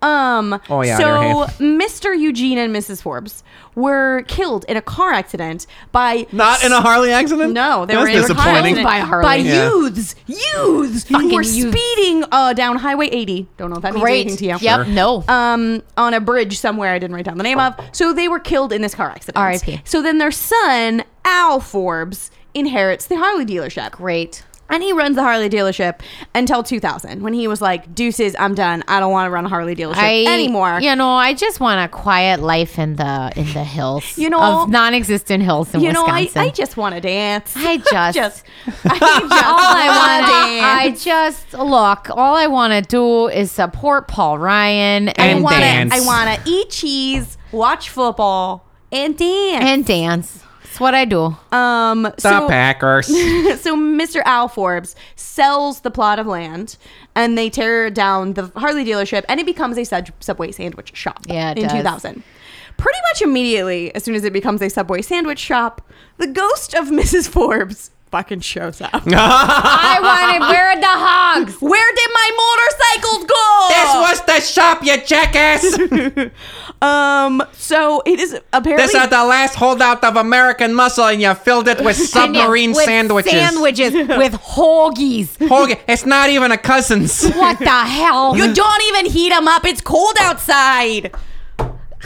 C: Um.
D: Oh, yeah, they're
C: So Mr. Eugene and Mrs. Forbes were killed in a car accident by
D: Not in a Harley accident?
C: No, they
D: That's
C: were in a car
D: disappointing.
C: accident
A: By Harley.
C: By
D: Yeah.
C: youths, youths who
A: Fucking
C: were
A: youths.
C: speeding uh, down Highway 80. Don't know if that means anything
A: Great.
C: to you.
A: Yep. No.
C: Um, on a bridge somewhere I didn't write down the name of. So they were killed in this car accident.
A: R.I.P..
C: So then their son Al Forbes inherits the Harley dealership.
A: Great.
C: And he runs the Harley dealership until 2000 when he was like, deuces, I'm done. I don't want to run a Harley dealership anymore.
A: You know, I just want a quiet life in the in the hills.
C: You know-
A: of non-existent hills in
C: You know, I,
A: Wisconsin.
C: I just want to dance.
A: I just-
C: just, I
A: all
C: just
A: I
C: wanna
A: want, I just look. All I want to do is support Paul Ryan
C: I
A: and,
D: And
C: wanna,
D: dance.
C: I want to eat cheese, watch football, and dance.
A: and dance. That's what I do.
C: um,
D: The
C: so,
D: Packers.
C: so Mr. Al Forbes sells the plot of land, and they tear down the Harley dealership, and it becomes a sub- Subway sandwich shop.
A: Yeah, it
C: in
A: does.
C: 2000. Pretty much immediately, as soon as it becomes a Subway sandwich shop, the ghost of Mrs. Forbes fucking shows up.
A: I wanted where are the hogs?
C: Where did my motorcycle go?
D: This was the shop, you jackass.
C: um. So it is apparently
D: This is the last holdout of American muscle, and you filled it with
A: And yeah,
D: submarine
A: with
D: sandwiches.
A: Sandwiches with hoagies.
D: Hogan, it's not even a cousin's.
A: What the hell?
C: You don't even heat them up. It's cold outside.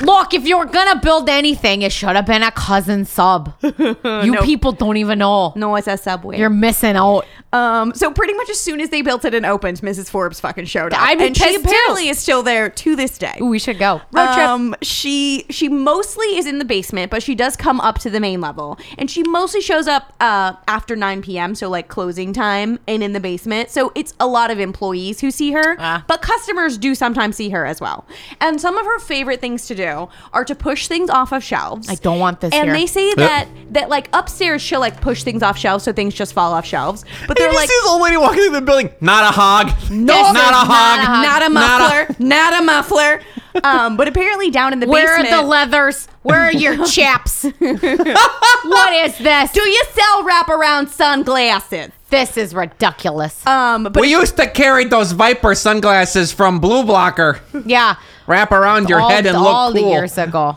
A: Look, if you're gonna build anything, it should have been a cousin sub. You people don't even know.
C: No, it's a subway.
A: You're missing out.
C: Um, so pretty much as soon as they built it and opened, Mrs. Forbes fucking showed up,
A: I'd be
C: and she
A: pissed too.
C: apparently is still there to this day.
A: Ooh, we should go. Road trip.
C: Um, she she mostly is in the basement, but she does come up to the main level, and she mostly shows up uh, after 9 p.m. So like closing time, and in the basement. So it's a lot of employees who see her,
A: Ah.
C: but customers do sometimes see her as well. And some of her favorite things to do are to push things off of shelves.
A: I don't want this
C: And
A: here.
C: they say that that like upstairs she'll like push things off shelves so things just fall off shelves. But they're
D: you
C: like
D: see this old lady walking through the building. Not a hog. No,
A: Yes,
D: not, a hog.
C: Uh-huh. not a
D: Not
C: muffler, not a muffler. Um, but apparently down in the
A: Where
C: basement,
A: are the leathers? Where are your chaps? what is this?
C: Do you sell wraparound sunglasses?
A: this is ridiculous.
C: Um, but
D: we used to carry those Viper sunglasses from Blue Blocker.
A: yeah.
D: Wrap around your
A: all
D: head and
A: all
D: look
A: the
D: cool.
A: years ago.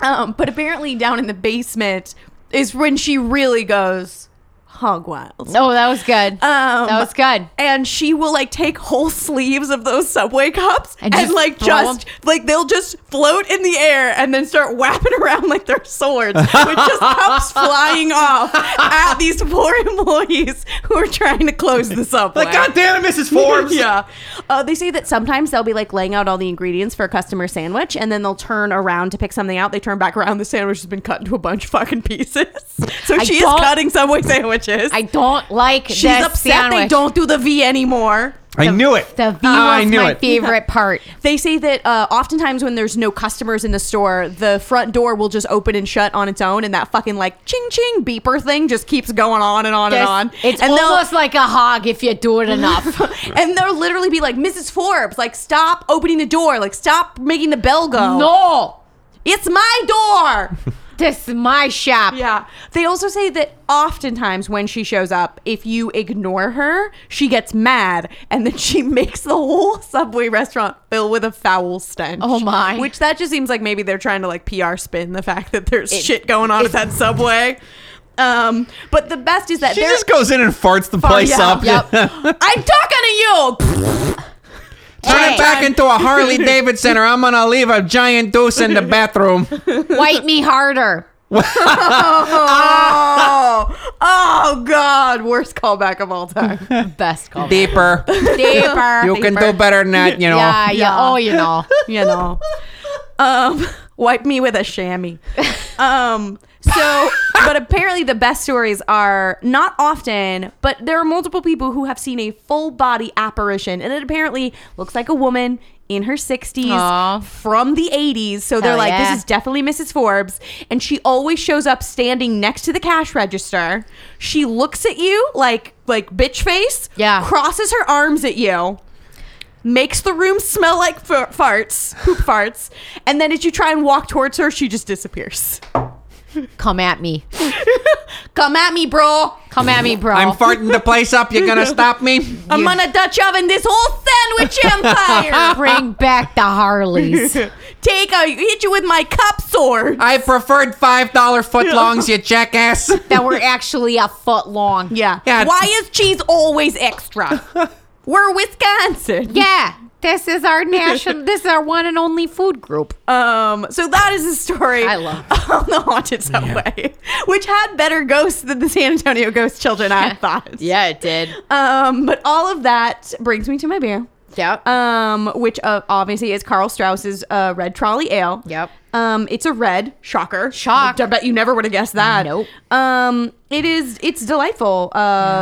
C: um, but apparently down in the basement is when she really goes hog wild.
A: Oh, that was good.
C: Um,
A: that was good.
C: And she will like take whole sleeves of those subway cups
A: And
C: and,
A: just
C: like
A: throw 'em?
C: just like they'll just float in the air and then start whapping around like they're swords with just cups flying off at these poor employees who are trying to close the subway.
D: Like, God damn it, Mrs. Forbes.
C: yeah. Uh, they say that sometimes they'll be like laying out all the ingredients for a customer sandwich, and then they'll turn around to pick something out. They turn back around, the sandwich has been cut into a bunch of fucking pieces. So
A: I
C: she is
A: don't-
C: cutting Subway sandwiches.
A: I don't like
C: She's
A: this
C: upset they
A: sandwich.
C: don't do the V anymore.
D: I knew it.
A: The V was
D: I knew
A: my
D: it.
A: favorite part.
C: They say that uh, oftentimes when there's no customers in the store, the front door will just open and shut on its own, and that fucking like ching ching beeper thing just keeps going on and on
A: This-
C: and on.
A: It's
C: and they'll-
A: almost like a hog if you do it enough.
C: and they'll literally be like, Mrs. Forbes, like stop opening the door, like stop making the bell go.
A: no,
C: It's my door.
A: this is my shop.
C: yeah. They also say that oftentimes when she shows up, if you ignore her, she gets mad and then she makes the whole subway restaurant fill with a foul stench.
A: Oh, my.
C: Which that just seems like maybe they're trying to like PR spin the fact that there's shit going on at that subway. Um, but the best is that
D: She
C: they're
D: just goes in and farts the place
C: yeah,
D: up.
A: Yep.
C: I'm talking to you.
D: Turn
A: Hey.
D: it back into a Harley Davidson, or I'm gonna leave a giant deuce in the bathroom.
A: White me harder.
C: Oh, oh God! Worst callback of all time.
A: Best call.
D: Deeper.
A: Deeper.
D: You can do better than that, you know.
A: Yeah, yeah. Oh, you know.
C: you know. Um, wipe me with a chamois. Um, so, but apparently the best stories are not often, but there are multiple people who have seen a full body apparition, and it apparently looks like a woman in her 60s
A: Aw.
C: from the 80s. So they're
A: Hell
C: like,
A: yeah.
C: this is definitely Mrs. Forbes. And she always shows up standing next to the cash register. She looks at you like, like bitch face.
A: Yeah.
C: Crosses her arms at you makes the room smell like f- farts, poop farts, and then as you try and walk towards her, she just disappears.
A: Come at me.
C: Come at me, bro.
A: Come at me, bro.
D: I'm farting the place up. You're gonna stop me?
C: I'm
A: You-
C: gonna Dutch oven this whole sandwich empire.
A: Bring back the Harleys.
C: Take a hit you with my cup sword.
D: I preferred five dollar footlongs, you jackass.
A: that were actually a foot long.
C: yeah.
D: Yeah.
C: Why is cheese always extra? We're Wisconsin.
A: Yeah. This is our national. this is our one and only food group.
C: Um, so that is the story
A: I love
C: on the haunted subway, which had better ghosts than the San Antonio ghost children. I thought.
A: it did.
C: Um, but all of that brings me to my beer.
A: Yep.
C: um, which uh, obviously is Carl Strauss's uh, Red Trolley Ale.
A: Yep.
C: Um, it's a red. Shocker.
A: Shock.
C: I bet you never would have guessed that.
A: Nope.
C: Um, it is. It's delightful. Uh,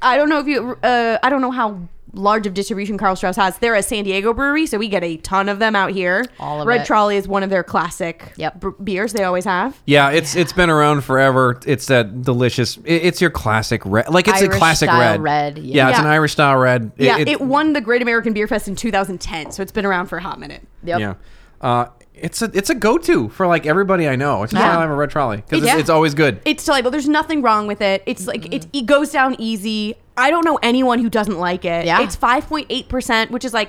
C: I don't know if you. Uh, I don't know how large of distribution Carl Strauss has. They're a San Diego brewery, so we get a ton of them out here.
A: All of
C: Red
A: it.
C: Trolley is one of their classic
A: Yep.
C: br- beers they always have.
D: Yeah, it's it's been around forever. It's that delicious. it- it's your classic red. Like it's
A: Irish
D: a classic
A: style
D: red.
A: red, yeah.
D: Yeah, it's
C: Yeah.
D: an Irish style red. It-
C: yeah,
D: it-
C: it, won the Great American Beer Fest in 2010, so it's been around for a hot minute.
A: Yep.
D: Yeah. Uh, it's a it's a go to for like everybody I know. It's just
A: Yeah.
D: why I have a red trolley because it's,
C: Yeah.
D: it's always good.
C: It's delightful. There's nothing wrong with it. It's like it, it goes down easy. I don't know anyone who doesn't like it.
A: Yeah.
C: It's 5.8%, which is like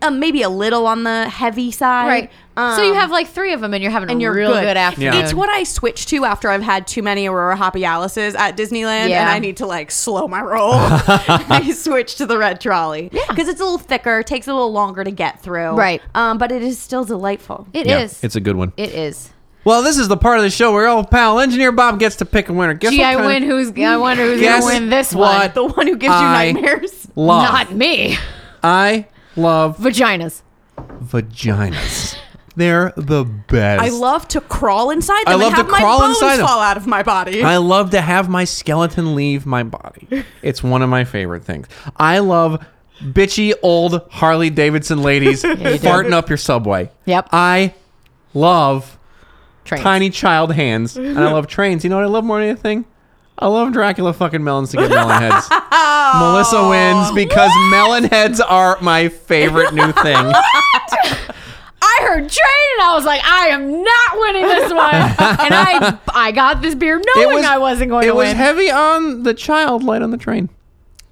C: um, maybe a little on the heavy side.
A: Right.
C: Um,
A: so you have like three of them, and you're having
C: and
A: a
C: you're
A: real
C: good.
A: good, afternoon.
D: Yeah.
C: It's what I switch to after I've had too many Aurora Hoppy Alice's at Disneyland, and
A: Yeah.
C: I need to like slow my roll. I switch to the red trolley because it's a little thicker, takes a little longer to get through,
A: Right.
C: Um, but it is still delightful.
A: It
D: Yeah,
A: is.
D: It's a good one.
A: It is.
D: Well, this is the part of the show where old pal engineer Bob gets to pick a winner. Guess
A: Gee,
D: what
A: I
D: kind of-
A: win. Who's I wonder who's
D: Guess
A: gonna win this
D: what?
C: The one who gives
D: I
C: you nightmares.
A: one?
D: Love.
A: Not me.
D: I love
A: Vaginas.
D: vaginas. They're the best.
C: I love to crawl inside them.
D: I
C: and
D: love to
C: have my
D: crawl
C: bones
D: inside them.
C: fall out of my body.
D: I love to have my skeleton leave my body. It's one of my favorite things. I love bitchy old Harley Davidson ladies
A: you do.
D: farting up your subway.
A: Yep.
D: I love
A: Trains.
D: tiny child hands, and I love trains. You know what I love more than anything? I love Dracula fucking melons to get melon heads. Melissa wins because melon heads are my favorite new thing.
A: I heard train and I was like, I am not winning this one. and I I got this beer knowing I wasn't going
D: it
A: to
D: was
A: Oh, win.
D: heavy on the child, light on the train.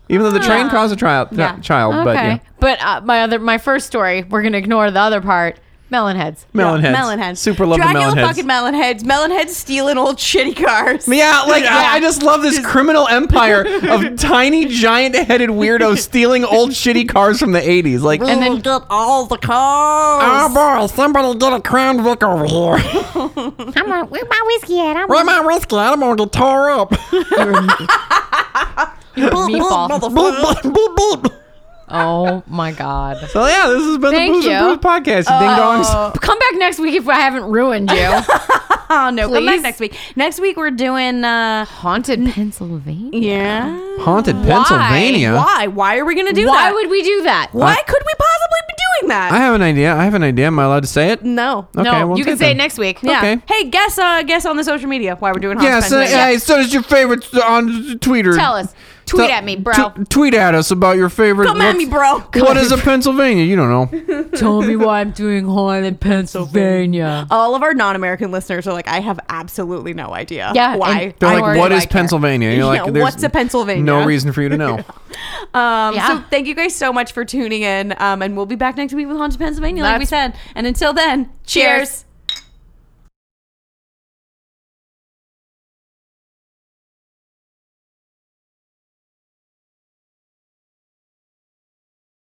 D: Even though the train
A: Ah. Yeah.
D: caused a trial,
C: Yeah.
D: child, but yeah.
A: But uh, my other my first story, we're gonna ignore the other part. Melon heads.
D: Melon heads.
C: Melon heads.
D: Super love the
C: Dracula
D: melon heads.
C: fucking melon heads. Melon heads stealing old shitty cars.
D: yeah, like
A: Yeah.
D: I, I just love this criminal empire of tiny, giant-headed weirdos stealing old shitty cars from the '80s. Like, "Oh,
C: And then get all the cars.
D: boy, somebody get a Crown Vic over here.
F: I'm on, where my whiskey at? I'm
D: Where my whiskey? at? I'm gonna get tore up.
A: Meatball.
C: Motherfucker.
A: Oh my god.
D: so yeah, this has been
A: Thank
D: the Booze
A: you.
D: and Brews podcast. you Ding dongs.
A: Come back next week if I haven't ruined you.
C: Oh no! Come
A: Please.
C: back next week. Next week we're doing. uh
A: Haunted Pennsylvania.
C: Yeah.
D: Haunted Pennsylvania.
C: Why? Why are we gonna do
A: Why
C: that?
A: would we do that?
C: Why could we possibly be doing that?
D: Uh, I have an idea. I have an idea. Am I allowed to say it?
C: no.
D: Okay,
A: no,
D: well,
A: you
D: good
A: can say
D: then.
A: it next week.
C: Yeah.
D: okay.
C: Hey, guess uh guess on the social media why we're doing Haunted
D: Yeah, so,
C: Pennsylvania.
D: hey, send us your favorite uh, on Twitter.
A: Tell us. Tweet
D: Tell-
A: at me, bro.
D: t- tweet at us about your favorite.
C: Come at me, bro.
D: What is a Pennsylvania? You don't know.
A: Tell me why I'm doing haunted Pennsylvania.
C: All of our non-American listeners are like, I have absolutely no idea.
A: Yeah,
C: Why?
A: and-
D: They're
A: I
D: like,
A: don't
D: what
A: do
D: is
A: I care.
D: Pennsylvania? And You're like,
C: Yeah,
D: "There's
C: what's a Pennsylvania?"
D: No reason for you to know.
C: Um,
A: Yeah.
C: So thank you guys so much for tuning in. Um, and we'll be back next week with Haunted Pennsylvania, like we
A: That's-
C: said. And until then,
A: Cheers.
C: cheers.